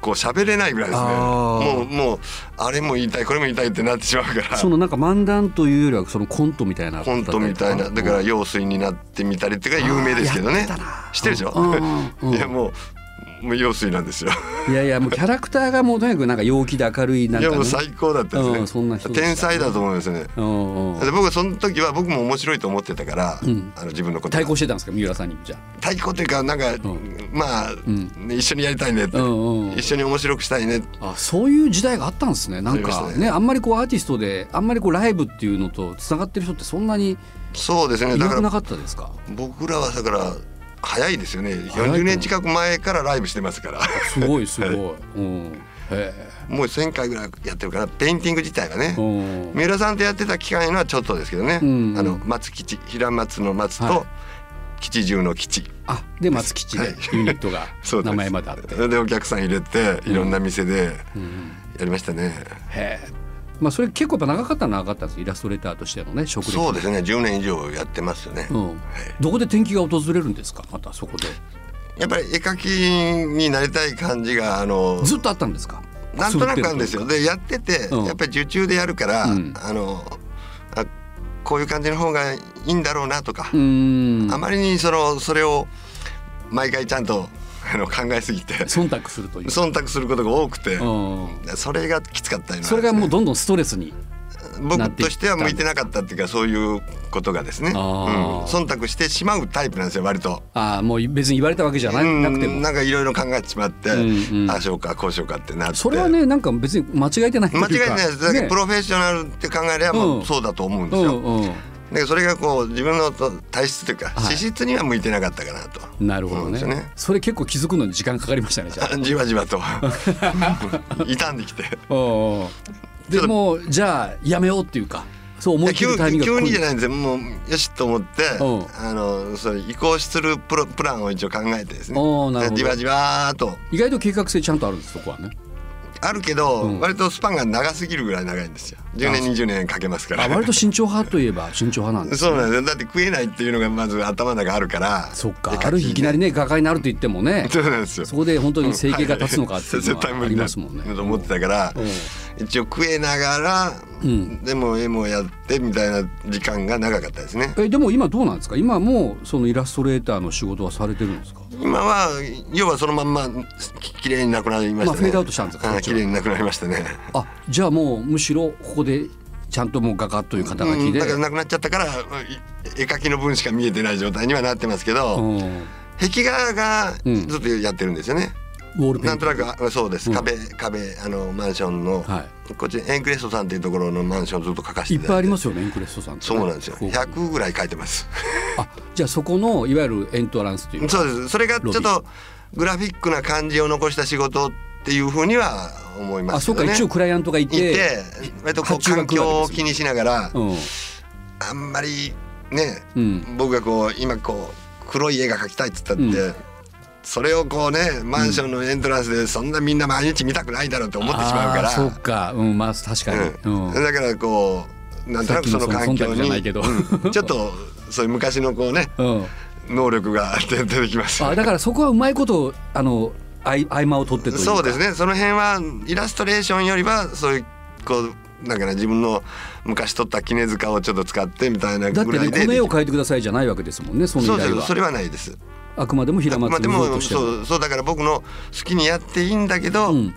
[SPEAKER 3] こう喋れないぐらいですね
[SPEAKER 2] あー
[SPEAKER 3] もうもうあれも言いたいこれも言いたいってなってしまうから
[SPEAKER 2] そのなんか漫談というよりはそのコントみたいな
[SPEAKER 3] コントみたいなだから用水になってみたりっていうか有名ですけどね知ってるでしょ
[SPEAKER 2] うんうんうん
[SPEAKER 3] いやもうもう用水なんですよ
[SPEAKER 2] いやいやもうキャラクターがもうとにかくなんか陽気で明るいないんか、
[SPEAKER 3] や
[SPEAKER 2] ね、
[SPEAKER 3] もう最高だったですね、
[SPEAKER 2] うんそんな人でした
[SPEAKER 3] 天才だと思いますね
[SPEAKER 2] うんうん
[SPEAKER 3] で僕その時は僕も面白いと思ってたから、
[SPEAKER 2] ん
[SPEAKER 3] あの自分のこと
[SPEAKER 2] 対抗してたんですか三浦さんにじゃあ
[SPEAKER 3] 対抗っていうかなんか、
[SPEAKER 2] ん
[SPEAKER 3] まあ、ね一緒にやりたいねって、
[SPEAKER 2] うんうん
[SPEAKER 3] 一緒に面白くしたいね
[SPEAKER 2] あそういう時代があったんですねなん
[SPEAKER 3] あり
[SPEAKER 2] か
[SPEAKER 3] まし
[SPEAKER 2] ね
[SPEAKER 3] たね
[SPEAKER 2] あんまりこうアーティストであんまりこうライブっていうのとつながってる人ってそんなに
[SPEAKER 3] そうですね
[SPEAKER 2] い
[SPEAKER 3] だ
[SPEAKER 2] な
[SPEAKER 3] か
[SPEAKER 2] くな
[SPEAKER 3] ら
[SPEAKER 2] かったですか
[SPEAKER 3] 僕らはだから早いですよね
[SPEAKER 2] 早いと思う
[SPEAKER 3] 40年近く前からライブしてま すから
[SPEAKER 2] すごいすごい、うん、へ
[SPEAKER 3] もう1,000回ぐらいやってるからペインティング自体がね
[SPEAKER 2] え、うん、
[SPEAKER 3] 三浦さんとやってた期間いうのはちょっとですけどね、
[SPEAKER 2] うん
[SPEAKER 3] あの松吉平松の松と、
[SPEAKER 2] はい
[SPEAKER 3] 吉中の吉
[SPEAKER 2] あで松吉
[SPEAKER 3] は
[SPEAKER 2] で
[SPEAKER 3] い
[SPEAKER 2] ユニットが
[SPEAKER 3] そうです
[SPEAKER 2] 名前まであって、
[SPEAKER 3] それでお客さん入れていろんな店でやりましたね、
[SPEAKER 2] へえまあそれ結構やっぱ長かったのは長かったんですイラストレーターとしてのね職歴
[SPEAKER 3] そうですね10年以上やってますよね、
[SPEAKER 2] うん、どこで天気が訪れるんですかまたそこで
[SPEAKER 3] やっぱり絵描きになりたい感じが あの
[SPEAKER 2] ずっとあったんですか
[SPEAKER 3] なんとなくあるんですよでやってて、
[SPEAKER 2] うん
[SPEAKER 3] やっぱり受注でやるから、
[SPEAKER 2] うん
[SPEAKER 3] あのあこういう感じの方がいいんだろうなとか
[SPEAKER 2] う、ーん
[SPEAKER 3] あまりにそのそれを毎回ちゃんとあの考えすぎ て
[SPEAKER 2] 忖度するという
[SPEAKER 3] 忖度することが多くて、
[SPEAKER 2] うん
[SPEAKER 3] それがきつかったような
[SPEAKER 2] それがもうどんどんストレスにな
[SPEAKER 3] 僕
[SPEAKER 2] っていった
[SPEAKER 3] としては向いてなかったっていうかそういうことがですね、うん、
[SPEAKER 2] あー
[SPEAKER 3] 忖度してしまうタイプなんですよ割と。
[SPEAKER 2] ああもう別に言われたわけじゃな
[SPEAKER 3] うん
[SPEAKER 2] なくても
[SPEAKER 3] なんかいろいろ考えてしまって、
[SPEAKER 2] うんうん
[SPEAKER 3] ああしようかこうしようかってなって
[SPEAKER 2] それはねなんか別に間違えてないという
[SPEAKER 3] 間
[SPEAKER 2] か
[SPEAKER 3] 違いないですだけど
[SPEAKER 2] ね
[SPEAKER 3] プロフェッショナルって考えればも
[SPEAKER 2] うん
[SPEAKER 3] うそうだと思うんで
[SPEAKER 2] う
[SPEAKER 3] すよ、
[SPEAKER 2] ん
[SPEAKER 3] だけどそれがこう自分のと体質というか、
[SPEAKER 2] い
[SPEAKER 3] 資質には向いてなかったかなと
[SPEAKER 2] うんなるほどね
[SPEAKER 3] そうですよね
[SPEAKER 2] それ結構気づくのに時間かかりましたねじゃあ
[SPEAKER 3] じわ じわと傷んできて
[SPEAKER 2] うんうんで
[SPEAKER 3] ちょっと
[SPEAKER 2] もうじゃあやめようっていうかそう思い切
[SPEAKER 3] 急
[SPEAKER 2] るタイミングが
[SPEAKER 3] 急にじゃ
[SPEAKER 2] い
[SPEAKER 3] ないんですよもうよしと思って、
[SPEAKER 2] うん
[SPEAKER 3] あのそれ移行するプロプランを一応考えてですね
[SPEAKER 2] おーなるほど
[SPEAKER 3] じわじわーっと
[SPEAKER 2] 意外と計画性ちゃんとあるんですそこはね
[SPEAKER 3] あるけど、
[SPEAKER 2] うん
[SPEAKER 3] 割とスパンが長すぎるぐらい長いんですよ10年20年かけますから
[SPEAKER 2] あ割と慎重派といえば慎重派なんです
[SPEAKER 3] そうなんですよだって食えないっていうのがまず頭の中あるから
[SPEAKER 2] そっか
[SPEAKER 3] で
[SPEAKER 2] ある日いきなり
[SPEAKER 3] ね
[SPEAKER 2] ね画家になると言ってもね
[SPEAKER 3] そうなんですよ
[SPEAKER 2] そこで本当に生計が立つのかっていうの
[SPEAKER 3] 絶対
[SPEAKER 2] はあ
[SPEAKER 3] 無理
[SPEAKER 2] り
[SPEAKER 3] だ
[SPEAKER 2] ますもんね。
[SPEAKER 3] と思ってたから、一応食えながら、
[SPEAKER 2] ん
[SPEAKER 3] でも絵もやってみたいな時間が長かったですね
[SPEAKER 2] えでも今どうなんですか今もうそのイラストレーターの仕事はされてるんですか
[SPEAKER 3] 今は要はそのまんまき綺麗になくなりましたね、
[SPEAKER 2] まあフェードアウトしたんですか
[SPEAKER 3] は
[SPEAKER 2] そっ
[SPEAKER 3] い
[SPEAKER 2] ち
[SPEAKER 3] 綺
[SPEAKER 2] は
[SPEAKER 3] 麗になくなりましたね
[SPEAKER 2] あじゃあもうむしろここでちゃんともう画家という肩書
[SPEAKER 3] う
[SPEAKER 2] き
[SPEAKER 3] ん
[SPEAKER 2] で、
[SPEAKER 3] だからなくなっちゃったからい絵描きの分しか見えてない状態にはなってますけど、
[SPEAKER 2] うんウ
[SPEAKER 3] 壁画が
[SPEAKER 2] うん
[SPEAKER 3] ずっとやってるんですよね、
[SPEAKER 2] ォールペ
[SPEAKER 3] な
[SPEAKER 2] イン
[SPEAKER 3] ん
[SPEAKER 2] ト
[SPEAKER 3] となくあそうです、
[SPEAKER 2] うん
[SPEAKER 3] 壁壁あのマンションの、
[SPEAKER 2] は
[SPEAKER 3] こっちエンクレストさんっていうところのマンションずっと描かせて
[SPEAKER 2] いっ
[SPEAKER 3] だ
[SPEAKER 2] ぱいありますすよねインクレストさんって
[SPEAKER 3] そうなんですよ
[SPEAKER 2] こ
[SPEAKER 3] 100ぐらい描いてます
[SPEAKER 2] あじゃあそこのいわゆるエントランスというか
[SPEAKER 3] そうですそれがちょ
[SPEAKER 2] ロ
[SPEAKER 3] っ
[SPEAKER 2] ビ
[SPEAKER 3] とグラフィックな感じを残した仕事っていうふうには思いま
[SPEAKER 2] あ
[SPEAKER 3] す
[SPEAKER 2] そう
[SPEAKER 3] よ
[SPEAKER 2] か
[SPEAKER 3] ね
[SPEAKER 2] 一応クライアントがい
[SPEAKER 3] い
[SPEAKER 2] て
[SPEAKER 3] て割とこう
[SPEAKER 2] 発注が
[SPEAKER 3] 環
[SPEAKER 2] 来るわけですね
[SPEAKER 3] 境を気にしながら、
[SPEAKER 2] うん
[SPEAKER 3] あんまりね
[SPEAKER 2] うん
[SPEAKER 3] 僕がこう今こう黒い絵が描きたいっつったって、
[SPEAKER 2] うん
[SPEAKER 3] それをこうねマンションのエントランスでそんなみんな毎日見たくないだろうって思ってしまうから、
[SPEAKER 2] あーそうかうんまあ確かに、
[SPEAKER 3] うん
[SPEAKER 2] うん
[SPEAKER 3] だからこうなんとなくその環境
[SPEAKER 2] さっきのその忖度じゃ
[SPEAKER 3] に
[SPEAKER 2] ないけど
[SPEAKER 3] うんちょっとそういう昔のこうね
[SPEAKER 2] うん
[SPEAKER 3] 能力が出てきます。
[SPEAKER 2] あだからそこはうまいことあのあい合間を取ってというか
[SPEAKER 3] そうですねその辺はイラストレーションよりはそういうこうなんかね自分の昔撮った絹塚をちょっと使ってみたいなぐ
[SPEAKER 2] だ
[SPEAKER 3] ら
[SPEAKER 2] って
[SPEAKER 3] いで
[SPEAKER 2] ねこの絵を描いてくださいじゃないわけですもんねその依
[SPEAKER 3] そうで
[SPEAKER 2] 頼
[SPEAKER 3] す
[SPEAKER 2] は
[SPEAKER 3] それはないです。
[SPEAKER 2] あくまでも平
[SPEAKER 3] まあ
[SPEAKER 2] 松
[SPEAKER 3] で
[SPEAKER 2] 無造
[SPEAKER 3] も
[SPEAKER 2] としての、
[SPEAKER 3] そうそうだから僕の好きにやっていいんだけど、
[SPEAKER 2] うん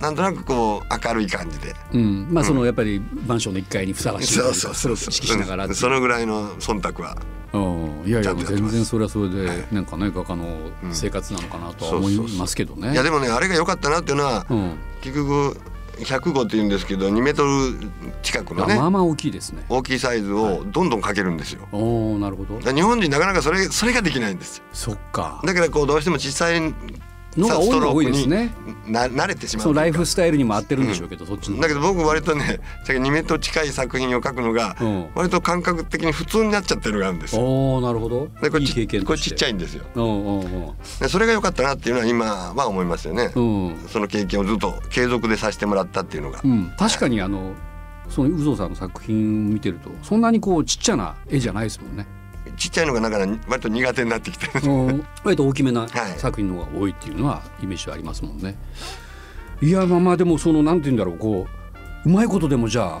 [SPEAKER 3] なんとなくこう明るい感じで。
[SPEAKER 2] うん、まあそのやっぱりマンションの1階にふさわしいという
[SPEAKER 3] そ
[SPEAKER 2] か
[SPEAKER 3] うそうそ
[SPEAKER 2] それを
[SPEAKER 3] うそ
[SPEAKER 2] 意識しながらってい
[SPEAKER 3] うん
[SPEAKER 2] う
[SPEAKER 3] そのぐらいの忖度は
[SPEAKER 2] うんいやい
[SPEAKER 3] ちゃ
[SPEAKER 2] や
[SPEAKER 3] んとやって
[SPEAKER 2] 全
[SPEAKER 3] ます
[SPEAKER 2] 然それはそれでなんかね画家の生活なのかなとは思いますけどね。
[SPEAKER 3] いやでもねあれが良かったなっていうのは、
[SPEAKER 2] うん
[SPEAKER 3] 結局100号って言うんですけど2メートル近くのね
[SPEAKER 2] まあまあ大きいですね。
[SPEAKER 3] 大きいサイズをどんどんかけるんですよ。
[SPEAKER 2] おおなるほど
[SPEAKER 3] だ。から日本人なかなかそれそれができないんですよ。
[SPEAKER 2] そっか。
[SPEAKER 3] だからこうどうしても小さい
[SPEAKER 2] のが
[SPEAKER 3] さ
[SPEAKER 2] 多
[SPEAKER 3] ス
[SPEAKER 2] い
[SPEAKER 3] ト
[SPEAKER 2] の
[SPEAKER 3] ロ
[SPEAKER 2] が多い
[SPEAKER 3] ーク
[SPEAKER 2] です
[SPEAKER 3] に
[SPEAKER 2] ね。
[SPEAKER 3] な慣れてしまう
[SPEAKER 2] その
[SPEAKER 3] というか
[SPEAKER 2] ライフスタイルにも合ってるんでしょうけど、そっちの。
[SPEAKER 3] だけど僕割とね2メートル近い作品を描くのが
[SPEAKER 2] うん
[SPEAKER 3] 割と感覚的に普通になっちゃってるのがあるんですよ。
[SPEAKER 2] おおなるほど
[SPEAKER 3] で。これ
[SPEAKER 2] いい
[SPEAKER 3] ち
[SPEAKER 2] 経験
[SPEAKER 3] ことれ
[SPEAKER 2] して。
[SPEAKER 3] ちっちゃ
[SPEAKER 2] い。
[SPEAKER 3] いんですよ。
[SPEAKER 2] うんうん
[SPEAKER 3] でそれが良かったなっていうのは今は思いますよね。
[SPEAKER 2] うん。うん。
[SPEAKER 3] その経験をずっと継続でさせてもらったっていうのが
[SPEAKER 2] う。ん、確かにあのその有象さんの作品見てるとそんなにこうちっちゃな絵じゃないですもんね。
[SPEAKER 3] ちっちゃいのがだから割と苦手になってきて
[SPEAKER 2] うん割と大きめな
[SPEAKER 3] はい
[SPEAKER 2] 作品の方が多いっていうのはイメージはありますもんね。いやまあまあでもそのなんて言うんだろうこううまいことでもじゃあ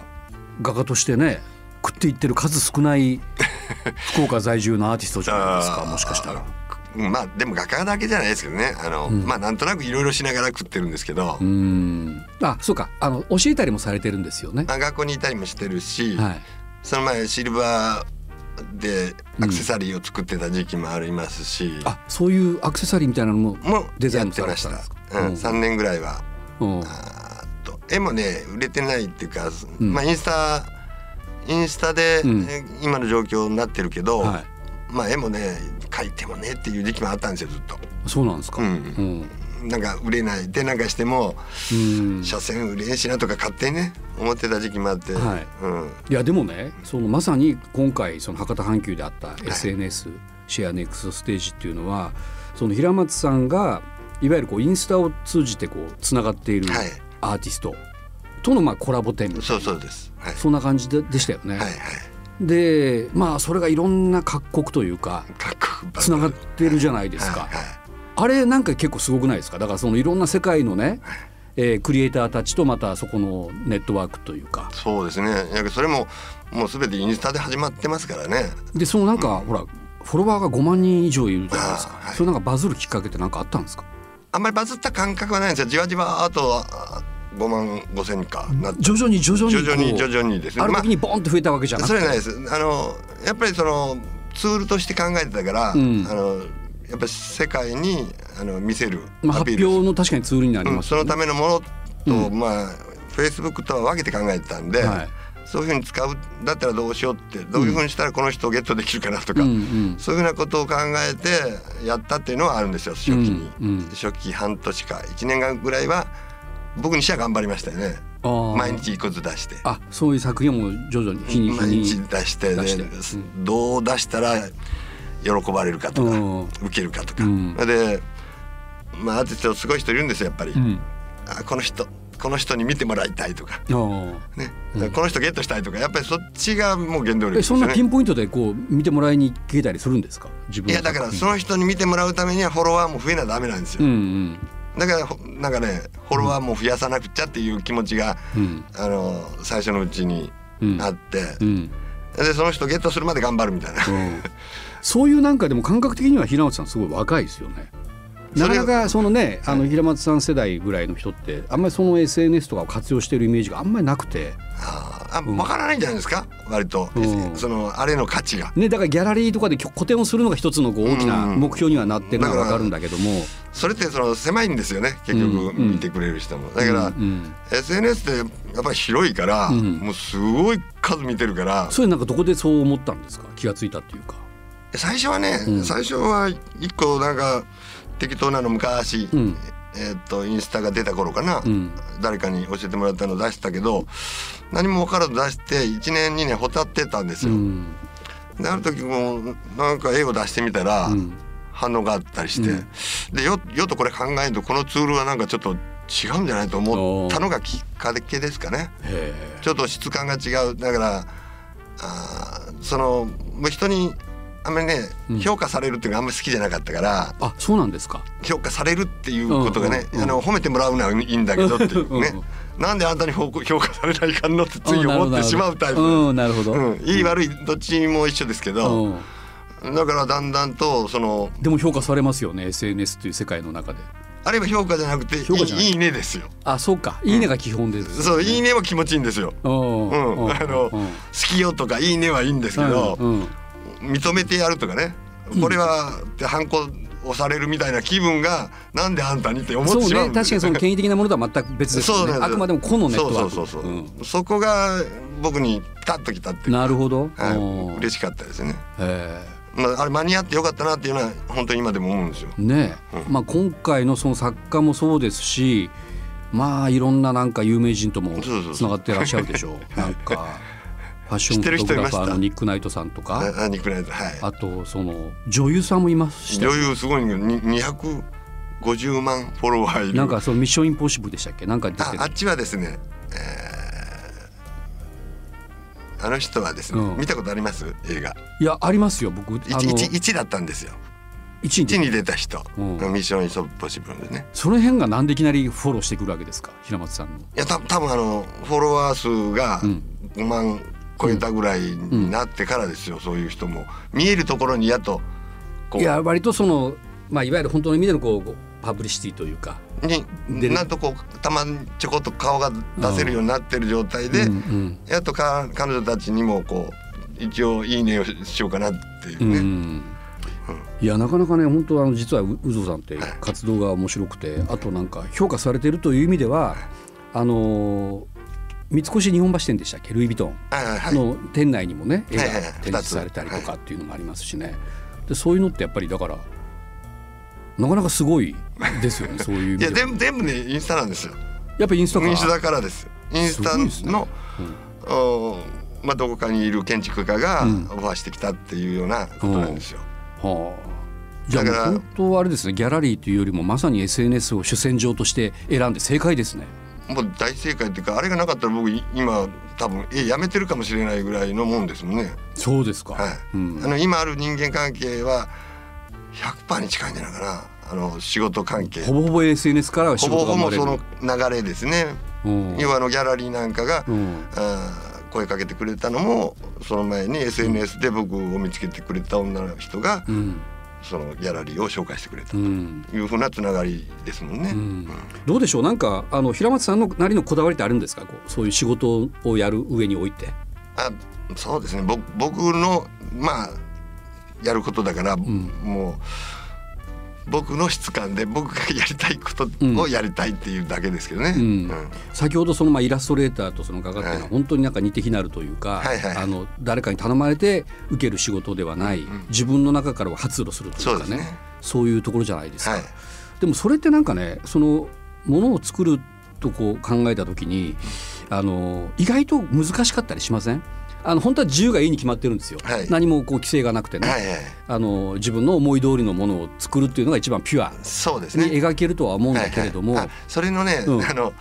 [SPEAKER 2] 画家としてね食っていってる数少ない福岡在住のアーティストじゃない ですかもしかしたら。
[SPEAKER 3] うんまあでも画家だけじゃないですけどねあの、まあなんとなくいろいろしながら食ってるんですけど、
[SPEAKER 2] うんあそうかあの教えたりもされてるんですよね。
[SPEAKER 3] まあ、学校にいたりもしてるし、
[SPEAKER 2] はい、
[SPEAKER 3] その前シルバーでアクセサリーを作ってた時期もありますし、
[SPEAKER 2] あそういうアクセサリーみたいなのも
[SPEAKER 3] もう
[SPEAKER 2] デザイ
[SPEAKER 3] や
[SPEAKER 2] ン
[SPEAKER 3] っ
[SPEAKER 2] も
[SPEAKER 3] て
[SPEAKER 2] され
[SPEAKER 3] ま
[SPEAKER 2] て
[SPEAKER 3] した
[SPEAKER 2] ん
[SPEAKER 3] た
[SPEAKER 2] ですか。
[SPEAKER 3] うん、3年ぐらいは
[SPEAKER 2] うんうん
[SPEAKER 3] あーっと絵もね売れてないっていうか、
[SPEAKER 2] うん
[SPEAKER 3] まあインスタインスタで、
[SPEAKER 2] うん
[SPEAKER 3] え今の状況になってるけど、
[SPEAKER 2] はい
[SPEAKER 3] まあ絵もね描いてもねっていう時期もあったんですよずっと。
[SPEAKER 2] そうなんですか。
[SPEAKER 3] うん
[SPEAKER 2] うん。
[SPEAKER 3] なんか売れないでなんかしても
[SPEAKER 2] うん。
[SPEAKER 3] 車線売れんしなとか勝手にね思ってた時期もあって、
[SPEAKER 2] はい
[SPEAKER 3] うん、
[SPEAKER 2] いやでもね、そのまさに今回その博多阪急であった SNS、シェアネクストステージっていうのは、その平松さんがいわゆるこうインスタを通じてこうつながっている
[SPEAKER 3] はい
[SPEAKER 2] アーティストとのまあコラボ展みたいな
[SPEAKER 3] そうそうです。はい
[SPEAKER 2] そんな感じででしたよね。
[SPEAKER 3] はいはい。
[SPEAKER 2] で、まあそれがいろんな各国というか
[SPEAKER 3] かっこよく
[SPEAKER 2] つながってるじゃないですか。
[SPEAKER 3] はいはい
[SPEAKER 2] あれなんか結構すごくないですかだからそのいろんな世界のね、えークリエイターたちとまたそこのネットワークというか
[SPEAKER 3] そうですね。いやそれももうすべてインスタで始まってますからね。
[SPEAKER 2] でそのなんか、ほらフォロワーが5万人以上いるじゃないですか、
[SPEAKER 3] あーはい
[SPEAKER 2] それなんかバズるきっかけってなんかあったんですか
[SPEAKER 3] あんまりバズった感覚はないんですよ。じわじわあとあ5万5千かなって。
[SPEAKER 2] 徐々に徐々に
[SPEAKER 3] 徐
[SPEAKER 2] こう
[SPEAKER 3] 々に徐々にですね。
[SPEAKER 2] ある
[SPEAKER 3] ま
[SPEAKER 2] 時にボンって増えたわけじゃな
[SPEAKER 3] あ
[SPEAKER 2] くて、
[SPEAKER 3] それはないです。あのやっぱりそのツールとして考えてたから、
[SPEAKER 2] ん
[SPEAKER 3] あのやっぱり世界にあの見せる
[SPEAKER 2] まあ、
[SPEAKER 3] ア
[SPEAKER 2] 発
[SPEAKER 3] ピール。
[SPEAKER 2] 表の確かにツールになり
[SPEAKER 3] うん、
[SPEAKER 2] ます
[SPEAKER 3] そ
[SPEAKER 2] よ
[SPEAKER 3] の
[SPEAKER 2] ね、
[SPEAKER 3] ためのものと、まあ Facebook とは分けて考えてたんで、
[SPEAKER 2] はい
[SPEAKER 3] そういうふうに使うだったらどうしようってどういうふうにしたらこの人をゲットできるかなとか、
[SPEAKER 2] うんうん
[SPEAKER 3] そういうふうなことを考えてやったっていうのはあるんですよ初期に、
[SPEAKER 2] うんうん
[SPEAKER 3] 初期半年か1年間ぐらいは僕にしては頑張りましたよね
[SPEAKER 2] あー
[SPEAKER 3] 毎日一個ずつ出して
[SPEAKER 2] あそういう作品をもう徐々に日に日
[SPEAKER 3] 毎
[SPEAKER 2] に
[SPEAKER 3] 日出して
[SPEAKER 2] 出して
[SPEAKER 3] でどう出したら喜ばれるかとか、
[SPEAKER 2] うん
[SPEAKER 3] 受けるかとか、
[SPEAKER 2] うん
[SPEAKER 3] で、まあ、アーティストすごい人いるんですよやっぱり、
[SPEAKER 2] うん
[SPEAKER 3] あこの人この人に見てもらいたいとか、
[SPEAKER 2] あ
[SPEAKER 3] ね、この人ゲットしたいとかやっぱりそっちがもう原動力
[SPEAKER 2] あえ
[SPEAKER 3] です
[SPEAKER 2] そ
[SPEAKER 3] よ
[SPEAKER 2] ん
[SPEAKER 3] ね。
[SPEAKER 2] なピンポイントでこう見てもらいに行けたりするんですか自分
[SPEAKER 3] い
[SPEAKER 2] の
[SPEAKER 3] やだから
[SPEAKER 2] 作
[SPEAKER 3] そ
[SPEAKER 2] 品
[SPEAKER 3] の人に見てもらうためにはフォロワーも増えなダメなんです
[SPEAKER 2] う
[SPEAKER 3] よ、
[SPEAKER 2] んうん
[SPEAKER 3] だからほなんかねフォロワーも増やさなくちゃっていう気持ちが、
[SPEAKER 2] うん
[SPEAKER 3] あの最初のうちに
[SPEAKER 2] うん
[SPEAKER 3] あって
[SPEAKER 2] う、ん
[SPEAKER 3] でその人ゲットするまで頑張るみたいな、
[SPEAKER 2] うんそういうなんかでも感覚的には平松さんすごい若いですよね。な
[SPEAKER 3] そ
[SPEAKER 2] か
[SPEAKER 3] れ
[SPEAKER 2] な
[SPEAKER 3] が
[SPEAKER 2] かそのねあの平松さん世代ぐらいの人ってあんまりその SNS とかを活用してるイメージがあんまりなくて、
[SPEAKER 3] あーあ分からないんじゃないですか割と、
[SPEAKER 2] うん
[SPEAKER 3] そのあれの価値が
[SPEAKER 2] ね、だからギャラリーとかできょ個展をするのが一つのこう大きな
[SPEAKER 3] うん
[SPEAKER 2] 目標にはなってるのはわかるんだけども。
[SPEAKER 3] それってその狭いんですよね結
[SPEAKER 2] うんう
[SPEAKER 3] 局
[SPEAKER 2] ん
[SPEAKER 3] 見てくれる人も、だから、
[SPEAKER 2] うんうん、
[SPEAKER 3] SNS ってやっぱり広いから、
[SPEAKER 2] うん
[SPEAKER 3] もうすごい数見てるから
[SPEAKER 2] それなんかどこでそう思ったんですか気がついたっていうか。
[SPEAKER 3] 最初はね、
[SPEAKER 2] うん
[SPEAKER 3] 最初は一個なんか適当なの昔、
[SPEAKER 2] うん
[SPEAKER 3] えーっとインスタが出た頃かな、
[SPEAKER 2] うん
[SPEAKER 3] 誰かに教えてもらったの出したけど何も分からず出して1年2年ほたってたんです
[SPEAKER 2] う
[SPEAKER 3] よ。
[SPEAKER 2] ん
[SPEAKER 3] である時もなんか絵を出してみたら、
[SPEAKER 2] うん
[SPEAKER 3] 反応があったりして、
[SPEAKER 2] うん
[SPEAKER 3] でよよとこれ考えるとこのツールはなんかちょっと違うんじゃないと思ったのがきっかけですかね。
[SPEAKER 2] へ
[SPEAKER 3] ちょっと質感が違うだからあーそのもう人にあんまりね、
[SPEAKER 2] うん
[SPEAKER 3] 評価されるっていうのがあんまり好きじゃなかったから
[SPEAKER 2] あそうなんですか。
[SPEAKER 3] 評価されるっていうことがね、
[SPEAKER 2] うんうんうん
[SPEAKER 3] あの褒めてもらうのはいいんだけどっていうねなんであんたに評評価されないかんのってつい思ってしまうタイプ、うん
[SPEAKER 2] うんなるほど。
[SPEAKER 3] いい悪いどっちも一緒ですけど、
[SPEAKER 2] うん
[SPEAKER 3] だからだんだんとその
[SPEAKER 2] でも評価されますよね SNS という世界の中で。
[SPEAKER 3] あれは評価じゃなくてい
[SPEAKER 2] 評価じゃない
[SPEAKER 3] いいいねですよ。
[SPEAKER 2] あそうかいいねが基本です、
[SPEAKER 3] そういいねは気持ちいいんですよ。
[SPEAKER 2] うん
[SPEAKER 3] うん
[SPEAKER 2] うん
[SPEAKER 3] あの
[SPEAKER 2] うん
[SPEAKER 3] 好きよとかいいねはいいんですけど、
[SPEAKER 2] うんうん
[SPEAKER 3] 認めてやるとかねこれはって反抗をされるみたいな気分がなんであんたにって思っ
[SPEAKER 2] そう
[SPEAKER 3] てしまう
[SPEAKER 2] ね
[SPEAKER 3] ん
[SPEAKER 2] 確
[SPEAKER 3] で
[SPEAKER 2] か
[SPEAKER 3] す
[SPEAKER 2] にその権威的なものとは全く別です
[SPEAKER 3] そ
[SPEAKER 2] よ
[SPEAKER 3] う
[SPEAKER 2] ね
[SPEAKER 3] なんです
[SPEAKER 2] あくまでも個のネット
[SPEAKER 3] そう
[SPEAKER 2] ワー
[SPEAKER 3] そう
[SPEAKER 2] ク
[SPEAKER 3] そうそう、
[SPEAKER 2] う
[SPEAKER 3] そこが僕にピタッときたって
[SPEAKER 2] ん
[SPEAKER 3] いうか
[SPEAKER 2] なるほど、
[SPEAKER 3] はい
[SPEAKER 2] うん
[SPEAKER 3] 嬉しかったですね、
[SPEAKER 2] え
[SPEAKER 3] まあ、あれ間に合ってよかったなっていうのは本当に今でも思うんですよ
[SPEAKER 2] えねえ、まあ今回のその作家もそうですしまあいろんななんか有名人とも
[SPEAKER 3] そうそう
[SPEAKER 2] つながってらっしゃるでしょうなんかファッション
[SPEAKER 3] 知っ
[SPEAKER 2] フ
[SPEAKER 3] てる
[SPEAKER 2] ォ
[SPEAKER 3] 人
[SPEAKER 2] ト
[SPEAKER 3] い
[SPEAKER 2] グラ
[SPEAKER 3] まし
[SPEAKER 2] ファ
[SPEAKER 3] た
[SPEAKER 2] ーのニック・ナイトさんとか
[SPEAKER 3] あニックナイトは
[SPEAKER 2] あとその女優さんもいます
[SPEAKER 3] い
[SPEAKER 2] し
[SPEAKER 3] 女優すごいのに250万フォロワーいる
[SPEAKER 2] なんかそのミッションインポッシブルでしたっけなんか出て
[SPEAKER 3] あ
[SPEAKER 2] た
[SPEAKER 3] あっちはですね、えーあの人はですね、
[SPEAKER 2] うん
[SPEAKER 3] 見たことあります映画
[SPEAKER 2] いやありますよ僕あの
[SPEAKER 3] 1, だったんですよ
[SPEAKER 2] 一位
[SPEAKER 3] 1に出た人、
[SPEAKER 2] うん
[SPEAKER 3] ミッション・インソポッシブルでね
[SPEAKER 2] その辺がなんでいきなりフォローしてくるわけですか平松さんの。
[SPEAKER 3] いやた多分あのフォロワー数が
[SPEAKER 2] うん
[SPEAKER 3] 5万超えたぐらいになってからですよ、そういう人も見えるところにやっとこ
[SPEAKER 2] いや割とその、まあ、いわゆる本当の意味でのこうパブリシティというか。
[SPEAKER 3] うに
[SPEAKER 2] 出る
[SPEAKER 3] なんとこうたまにちょこっと顔が出せるようになってる状態で、
[SPEAKER 2] うんうん
[SPEAKER 3] やっとか彼女たちにもこう一応いいねをしようかなってい
[SPEAKER 2] う
[SPEAKER 3] う
[SPEAKER 2] ん
[SPEAKER 3] ね、
[SPEAKER 2] いやなかなかね本当あの実はううぞうさんって活動が面白くてあとなんか評価されてるという意味ではあのー三越日本橋店でしたっけルイ・ヴィトン
[SPEAKER 3] はいはいはい
[SPEAKER 2] の店内にもね絵が
[SPEAKER 3] はいはいはい
[SPEAKER 2] 展示されたりとかっていうのもありますしねでそういうのってやっぱりだからなかなかすごいです よねそういう意味
[SPEAKER 3] い
[SPEAKER 2] で
[SPEAKER 3] や
[SPEAKER 2] は
[SPEAKER 3] 全部全部ねインスタなんですよ。
[SPEAKER 2] やっぱインスタか
[SPEAKER 3] インスタからです。インスタの
[SPEAKER 2] すごいで
[SPEAKER 3] おまあどこかにいる建築家がオ
[SPEAKER 2] うん
[SPEAKER 3] ファーしてきたっていうようなことなんですよ。
[SPEAKER 2] はあ、じゃあ
[SPEAKER 3] だから
[SPEAKER 2] もう本当はあれですねギャラリーというよりもまさに SNS を主戦場として選んで正解ですね。
[SPEAKER 3] もう大正解っていうかあれがなかったら僕い今多分えやめてるかもしれないぐらいのもんですもんね。
[SPEAKER 2] そうですか、
[SPEAKER 3] はい。
[SPEAKER 2] うん
[SPEAKER 3] あの今ある人間関係は100%に近いんじゃないかな。あの仕事関係。
[SPEAKER 2] ほぼほぼ SNS からは仕
[SPEAKER 3] ほぼ
[SPEAKER 2] 事が
[SPEAKER 3] ほ
[SPEAKER 2] 生ま
[SPEAKER 3] ぼ
[SPEAKER 2] れる
[SPEAKER 3] その流れですね。
[SPEAKER 2] うん
[SPEAKER 3] 要はあのギャラリーなんかが、
[SPEAKER 2] うん
[SPEAKER 3] あー声かけてくれたのもその前に SNS で僕を見つけてくれた女の人が、
[SPEAKER 2] うん
[SPEAKER 3] そのギャラリーを紹介してくれた
[SPEAKER 2] う
[SPEAKER 3] と
[SPEAKER 2] ん
[SPEAKER 3] いうふうなつながりですもんね。
[SPEAKER 2] うんどうでしょうなんかあの平松さんのなりのこだわりってあるんですかこうそういう仕事をやる上において。
[SPEAKER 3] あそうですね僕僕のまあやることだから、もう僕の質感で僕がやりたいことをやりたいっていうだけですけどね。
[SPEAKER 2] うん
[SPEAKER 3] うん
[SPEAKER 2] 先ほどそのまあイラストレーターとその画家っていうの
[SPEAKER 3] は
[SPEAKER 2] はい本当になんか似て非なるというか、
[SPEAKER 3] はいはい
[SPEAKER 2] あの誰かに頼まれて受ける仕事ではない、自分の中からは発露するというか
[SPEAKER 3] そう
[SPEAKER 2] ね
[SPEAKER 3] ですね
[SPEAKER 2] そういうところじゃないですか、
[SPEAKER 3] はい
[SPEAKER 2] でもそれってなんかねそのものを作るとこう考えた時にあの意外と難しかったりしませんあの本当は自由がいいに決まってるんですよ、
[SPEAKER 3] はい
[SPEAKER 2] 何もこう規制がなくてね、
[SPEAKER 3] はいはい
[SPEAKER 2] あの自分の思い通りのものを作るっていうのが一番ピュア
[SPEAKER 3] そうですね
[SPEAKER 2] に描けるとは思うんだけれども、
[SPEAKER 3] はいはいあそれのね、
[SPEAKER 2] うん
[SPEAKER 3] あの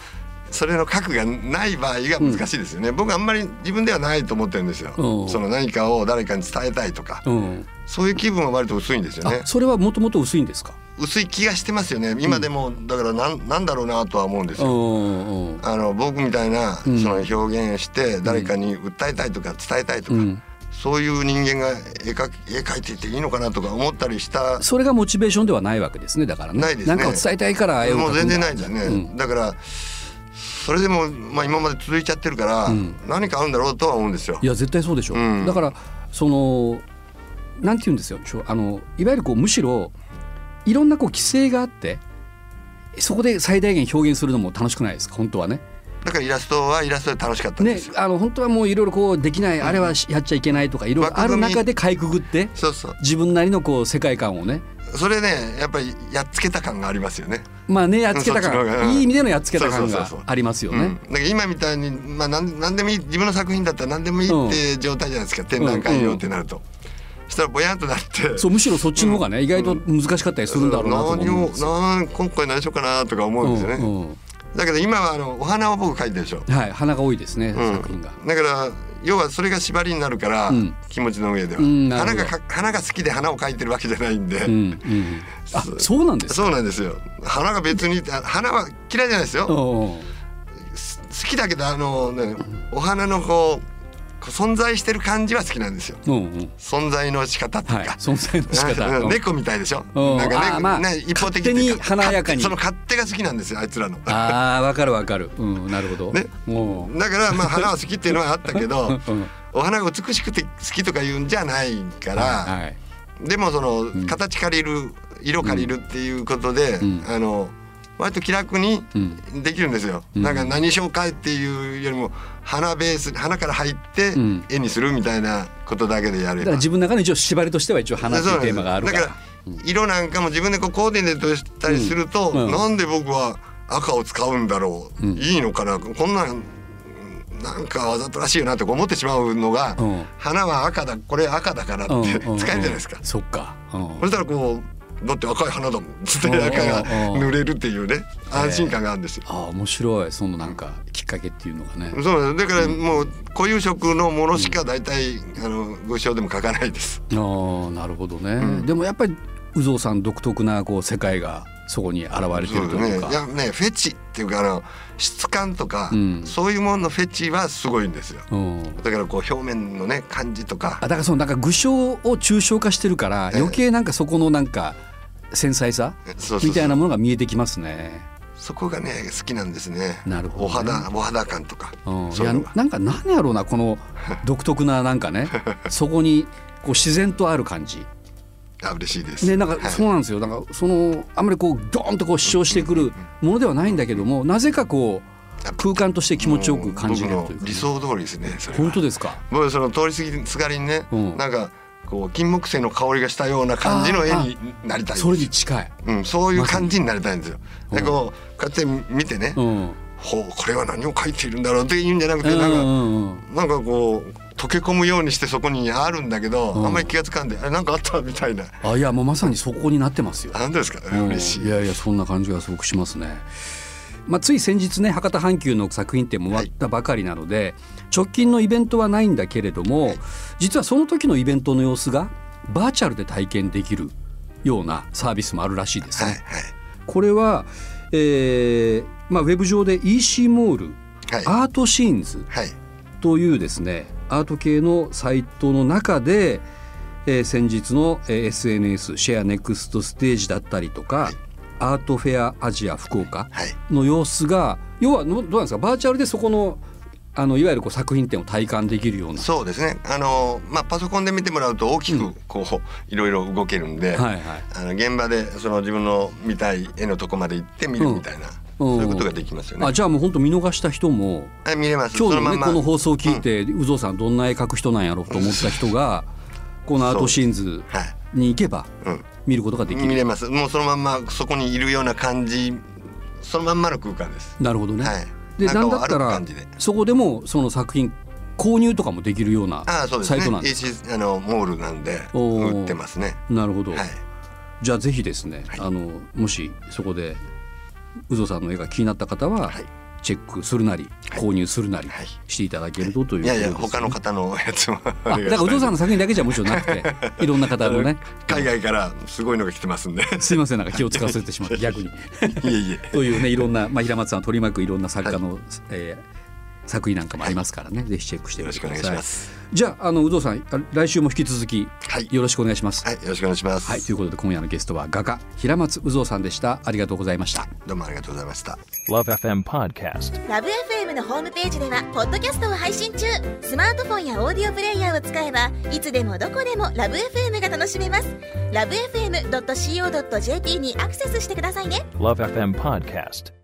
[SPEAKER 3] それの核がない場合が難しいですよね、僕あんまり自分ではないと思ってるんですよ、
[SPEAKER 2] うん
[SPEAKER 3] その何かを誰かに伝えたいとか、
[SPEAKER 2] うん。
[SPEAKER 3] そういう気分は割と薄いんですよね
[SPEAKER 2] あ、それはもともと薄いんですか。
[SPEAKER 3] 薄い気がしてますよね今でもだからなんなんだろうなとは思うんです
[SPEAKER 2] う
[SPEAKER 3] よ、
[SPEAKER 2] んうん
[SPEAKER 3] あの僕みたいなそ
[SPEAKER 2] うん
[SPEAKER 3] の表現して誰かに訴えたいとか伝えたいと
[SPEAKER 2] う
[SPEAKER 3] か、
[SPEAKER 2] ん。
[SPEAKER 3] そういう人間が絵描き絵描いていていいのかなとか思ったりした
[SPEAKER 2] それがモチベーションではないわけですね。だからね。
[SPEAKER 3] ないですね
[SPEAKER 2] なんかを伝えたいから絵を描くんだ。
[SPEAKER 3] もう全然ないですね、
[SPEAKER 2] うん
[SPEAKER 3] だからそれでも、まあ、今まで続いちゃってるから、
[SPEAKER 2] うん
[SPEAKER 3] 何かあるんだろうとは思うんですよ
[SPEAKER 2] い。や絶対そうでしょう、
[SPEAKER 3] うん
[SPEAKER 2] だからそのなんて言うんですよちょあのいわゆるこうむしろいろんなこう規制があってそこで最大限表現するのも楽しくないですか本当はね。
[SPEAKER 3] だからイラストはイラストで楽しかったんで
[SPEAKER 2] ね
[SPEAKER 3] すよ。
[SPEAKER 2] あの本当はもういろいろこうできない、あれはしやっちゃいけないとかいろいろある中でかいくぐって
[SPEAKER 3] そうそう
[SPEAKER 2] 自分なりのこう世界観をね
[SPEAKER 3] それねやっぱりやっつけた感がありますよね。
[SPEAKER 2] まあねやっつけた
[SPEAKER 3] そっちの方がう
[SPEAKER 2] 感
[SPEAKER 3] ん
[SPEAKER 2] いい意味でのやっつけた感
[SPEAKER 3] そうそ
[SPEAKER 2] が
[SPEAKER 3] うそうそう
[SPEAKER 2] ありますよ
[SPEAKER 3] うん
[SPEAKER 2] ね。
[SPEAKER 3] だから今みたいに、まあ、なんなんでもいい自分の作品だったら何でもいいって状態じゃないですか、展覧会用ってなると。そしたらぼやんとなって
[SPEAKER 2] そうむしろそっちの方がね、意外と難しかったりするんだろうなと
[SPEAKER 3] 何
[SPEAKER 2] 思うん
[SPEAKER 3] を
[SPEAKER 2] ですよ。
[SPEAKER 3] なん今回何しようかなとか思うんですよね。
[SPEAKER 2] うんうん
[SPEAKER 3] だけど今はあのお花を僕描いてるでしょ。
[SPEAKER 2] はい花が多いですね、
[SPEAKER 3] うん
[SPEAKER 2] 作品が。
[SPEAKER 3] だから要はそれが縛りになるから、
[SPEAKER 2] ん
[SPEAKER 3] 気持ちの上では、
[SPEAKER 2] うんなる
[SPEAKER 3] 花
[SPEAKER 2] ほど
[SPEAKER 3] がか花が好きで花を描いてるわけじゃないんで、
[SPEAKER 2] うんうん、あそうなんですか
[SPEAKER 3] そうなんですよ花が別にあ花は嫌いじゃないですよ
[SPEAKER 2] おうおう
[SPEAKER 3] 好きだけどあの、ね、お花のこうこう存在してる感じは好きなんですよ
[SPEAKER 2] うんうん、
[SPEAKER 3] 存在の仕方っていう
[SPEAKER 2] はい、
[SPEAKER 3] か、
[SPEAKER 2] 存在の仕方。
[SPEAKER 3] うん
[SPEAKER 2] うん
[SPEAKER 3] 猫みたいでしょ、
[SPEAKER 2] うん
[SPEAKER 3] なんか
[SPEAKER 2] あー
[SPEAKER 3] ね,、
[SPEAKER 2] まあ
[SPEAKER 3] ね一方的っていうか
[SPEAKER 2] 勝手に華やかに
[SPEAKER 3] 勝手その勝手が好きなんですよあいつらの
[SPEAKER 2] ああ、わかるわかる。うん、なるほど。
[SPEAKER 3] ね
[SPEAKER 2] も
[SPEAKER 3] だからまあ花は好きっていうのはあったけど
[SPEAKER 2] う、うん、
[SPEAKER 3] お花が美しくて好きとか言うんじゃないから、
[SPEAKER 2] はい、
[SPEAKER 3] でもその形借りる色借りるっていうことで、
[SPEAKER 2] ん
[SPEAKER 3] あの割と気楽に
[SPEAKER 2] うん
[SPEAKER 3] できるんですよ、
[SPEAKER 2] ん
[SPEAKER 3] なんか何紹介っていうよりも花ベース花から入って
[SPEAKER 2] うん
[SPEAKER 3] 絵にするみたいなことだけでや
[SPEAKER 2] だ
[SPEAKER 3] れば、
[SPEAKER 2] から自分の中の一応縛りとしては一応話
[SPEAKER 3] そう
[SPEAKER 2] す
[SPEAKER 3] なんで
[SPEAKER 2] テー
[SPEAKER 3] す
[SPEAKER 2] マがあるから。
[SPEAKER 3] だから色なんかも自分でこうコーディネートしたりすると、
[SPEAKER 2] うんうん
[SPEAKER 3] なんで僕は赤を使うんだろう、いいのかなこんなんなんかわざとらしいよなとか思ってしまうのが、
[SPEAKER 2] うん
[SPEAKER 3] 花は赤だこれ赤だからって、
[SPEAKER 2] うん、
[SPEAKER 3] 使えるじゃないですか。
[SPEAKER 2] そっか。うん
[SPEAKER 3] そしたらこうだって赤い花だもんつって
[SPEAKER 2] うん
[SPEAKER 3] 赤が
[SPEAKER 2] うん
[SPEAKER 3] 濡れるっていうね安心感があるんですよ。
[SPEAKER 2] ああ、面白い。そのなんかきっかけっていうのがね。
[SPEAKER 3] そうなんですだからもう固有色のものしか大体あの文章でも書かないです。
[SPEAKER 2] ああ、なるほどね。でもやっぱり宇蔵さん独特なこう世界がそこに現れて
[SPEAKER 3] そ
[SPEAKER 2] る
[SPEAKER 3] う
[SPEAKER 2] と
[SPEAKER 3] です
[SPEAKER 2] い
[SPEAKER 3] ね
[SPEAKER 2] う。
[SPEAKER 3] い
[SPEAKER 2] か。
[SPEAKER 3] やねフェチっていうかあの質感とか、
[SPEAKER 2] うん
[SPEAKER 3] そういうもののフェチはすごいんですよ。
[SPEAKER 2] うん。
[SPEAKER 3] だからこう表面のね感じとか
[SPEAKER 2] あだからそのなんか具象を抽象化してるから
[SPEAKER 3] ええ
[SPEAKER 2] 余計なんかそこのなんか繊細さ
[SPEAKER 3] えそうそうそう
[SPEAKER 2] みたいなものが見えてきますね。
[SPEAKER 3] そこがね好きなんですね。
[SPEAKER 2] なるほどね
[SPEAKER 3] お肌お肌感とか、
[SPEAKER 2] うん、い
[SPEAKER 3] そうい
[SPEAKER 2] や
[SPEAKER 3] うのが。
[SPEAKER 2] なんか何やろうなこ の独特ななんかねそこにこう自然とある感じ。
[SPEAKER 3] あ嬉しいです。
[SPEAKER 2] ねなん
[SPEAKER 3] は
[SPEAKER 2] か
[SPEAKER 3] い
[SPEAKER 2] そうなんですよ。なんかそのあんまりこうドーンとこう主張してくるものではないんだけどもなぜかこう空間として気持ちよく感じれるという
[SPEAKER 3] 僕
[SPEAKER 2] か
[SPEAKER 3] の
[SPEAKER 2] ね、
[SPEAKER 3] 理想通りですね。それは
[SPEAKER 2] 本当ですか。
[SPEAKER 3] 僕その通り過ぎすがりにね、
[SPEAKER 2] うん
[SPEAKER 3] なんかこう金木犀の香りがしたような感じの絵になりたい
[SPEAKER 2] それに近い。
[SPEAKER 3] うん、そういう感じになりたいんですよ。でこうこうやって見てね、
[SPEAKER 2] うん。
[SPEAKER 3] ほうこれは何を描いているんだろうっていうんじゃなく
[SPEAKER 2] う
[SPEAKER 3] て、
[SPEAKER 2] んう
[SPEAKER 3] なんか
[SPEAKER 2] んうん。
[SPEAKER 3] なんかこう溶け込むようにしてそこにあるんだけど、
[SPEAKER 2] ん
[SPEAKER 3] あんまり気がつかんであれなんかあったみたいな
[SPEAKER 2] あいやもうまさにそこになってますよ。
[SPEAKER 3] なんですか
[SPEAKER 2] うん
[SPEAKER 3] 嬉しい。
[SPEAKER 2] やいやそんな感じがすごくしますね。まあ、つい先日ね博多阪急の作品展も終わったばかりなので、直近のイベントはないんだけれども、実はその時のイベントの様子がバーチャルで体験できるようなサービスもあるらしいです
[SPEAKER 3] はい
[SPEAKER 2] ね。
[SPEAKER 3] は
[SPEAKER 2] これは、えーまあ、ウェブ上で EC モール、
[SPEAKER 3] いはい
[SPEAKER 2] アートシーンズ
[SPEAKER 3] はい
[SPEAKER 2] というですねアート系のサイトの中で、えー先日のえー SNS シェアネクストステージだったりとか、アートフェアアジア福岡
[SPEAKER 3] はい
[SPEAKER 2] の様子が要はのどうなんですかバーチャルでそこのあのいわゆるこう作品展を体感できるような。
[SPEAKER 3] そうですね。あのまあパソコンで見てもらうと大きくこう、いろいろ動けるんで、
[SPEAKER 2] はいはい
[SPEAKER 3] あの現場でその自分の見たい絵のとこまで行って見るみたいな、
[SPEAKER 2] うん
[SPEAKER 3] そういうことができますよね。
[SPEAKER 2] あじゃあもう本当見逃した人も
[SPEAKER 3] はい見れます。
[SPEAKER 2] 今日
[SPEAKER 3] そ
[SPEAKER 2] の,、ね
[SPEAKER 3] まんま
[SPEAKER 2] この放送を聞いて、有蔵さんどんな絵描く人なんやろうと思った人がこのアートシーンズ
[SPEAKER 3] はい
[SPEAKER 2] に行けば
[SPEAKER 3] うん
[SPEAKER 2] 見ることができる。
[SPEAKER 3] 見れます。もうそのまんまそこにいるような感じ、そのまんまの空間です。
[SPEAKER 2] なるほどね。
[SPEAKER 3] はい。
[SPEAKER 2] でなん
[SPEAKER 3] 中を
[SPEAKER 2] だった
[SPEAKER 3] 歩く
[SPEAKER 2] ら
[SPEAKER 3] 感じで
[SPEAKER 2] そこでもその作品購入とかもできるような
[SPEAKER 3] ああそうです
[SPEAKER 2] サイ
[SPEAKER 3] ね
[SPEAKER 2] トなんです。
[SPEAKER 3] AC あのモールなんで
[SPEAKER 2] おー
[SPEAKER 3] 売ってますね。
[SPEAKER 2] なるほど、
[SPEAKER 3] はい。
[SPEAKER 2] じゃあぜひですね、
[SPEAKER 3] はい
[SPEAKER 2] あのもしそこで宇蔵さんの絵が気になった方は、
[SPEAKER 3] はい
[SPEAKER 2] チェックするなり購入するなり
[SPEAKER 3] はい
[SPEAKER 2] していただけるとという
[SPEAKER 3] いやいや
[SPEAKER 2] ことです
[SPEAKER 3] 他
[SPEAKER 2] ね
[SPEAKER 3] の方のやつも
[SPEAKER 2] あだからお父さんの作品だけじゃもちろんなくて いろんな方のね
[SPEAKER 3] 海外からすごいのが来てますんでい
[SPEAKER 2] すいませんなんか気を使わせてし まって逆に。
[SPEAKER 3] えいえ
[SPEAKER 2] と いうねいろんな、まあ、平松さんを取り巻くいろんな作家の、えー作品なんかもありますからね、ぜひチェックして
[SPEAKER 3] よ
[SPEAKER 2] み
[SPEAKER 3] ろ
[SPEAKER 2] て
[SPEAKER 3] し
[SPEAKER 2] く
[SPEAKER 3] くお
[SPEAKER 2] だ
[SPEAKER 3] 願い
[SPEAKER 2] さ
[SPEAKER 3] し
[SPEAKER 2] い
[SPEAKER 3] ます
[SPEAKER 2] じゃああの有働さんあ来週も引き続き
[SPEAKER 3] はい
[SPEAKER 2] よろしくお願いします。
[SPEAKER 3] はいよろしくお願いします、
[SPEAKER 2] はい、ということで今夜のゲストは画家平松有造さんでしたありがとうございました。
[SPEAKER 3] どうもありがとうございました
[SPEAKER 4] Love FM Podcast.
[SPEAKER 5] ラブ f m のホームページではポッドキャストを配信中スマートフォンやオーディオプレイヤーを使えばいつでもどこでもラブ f m が楽しめますラブ FM.co.jp にアクセスしてくださいね
[SPEAKER 4] Love FM Podcast.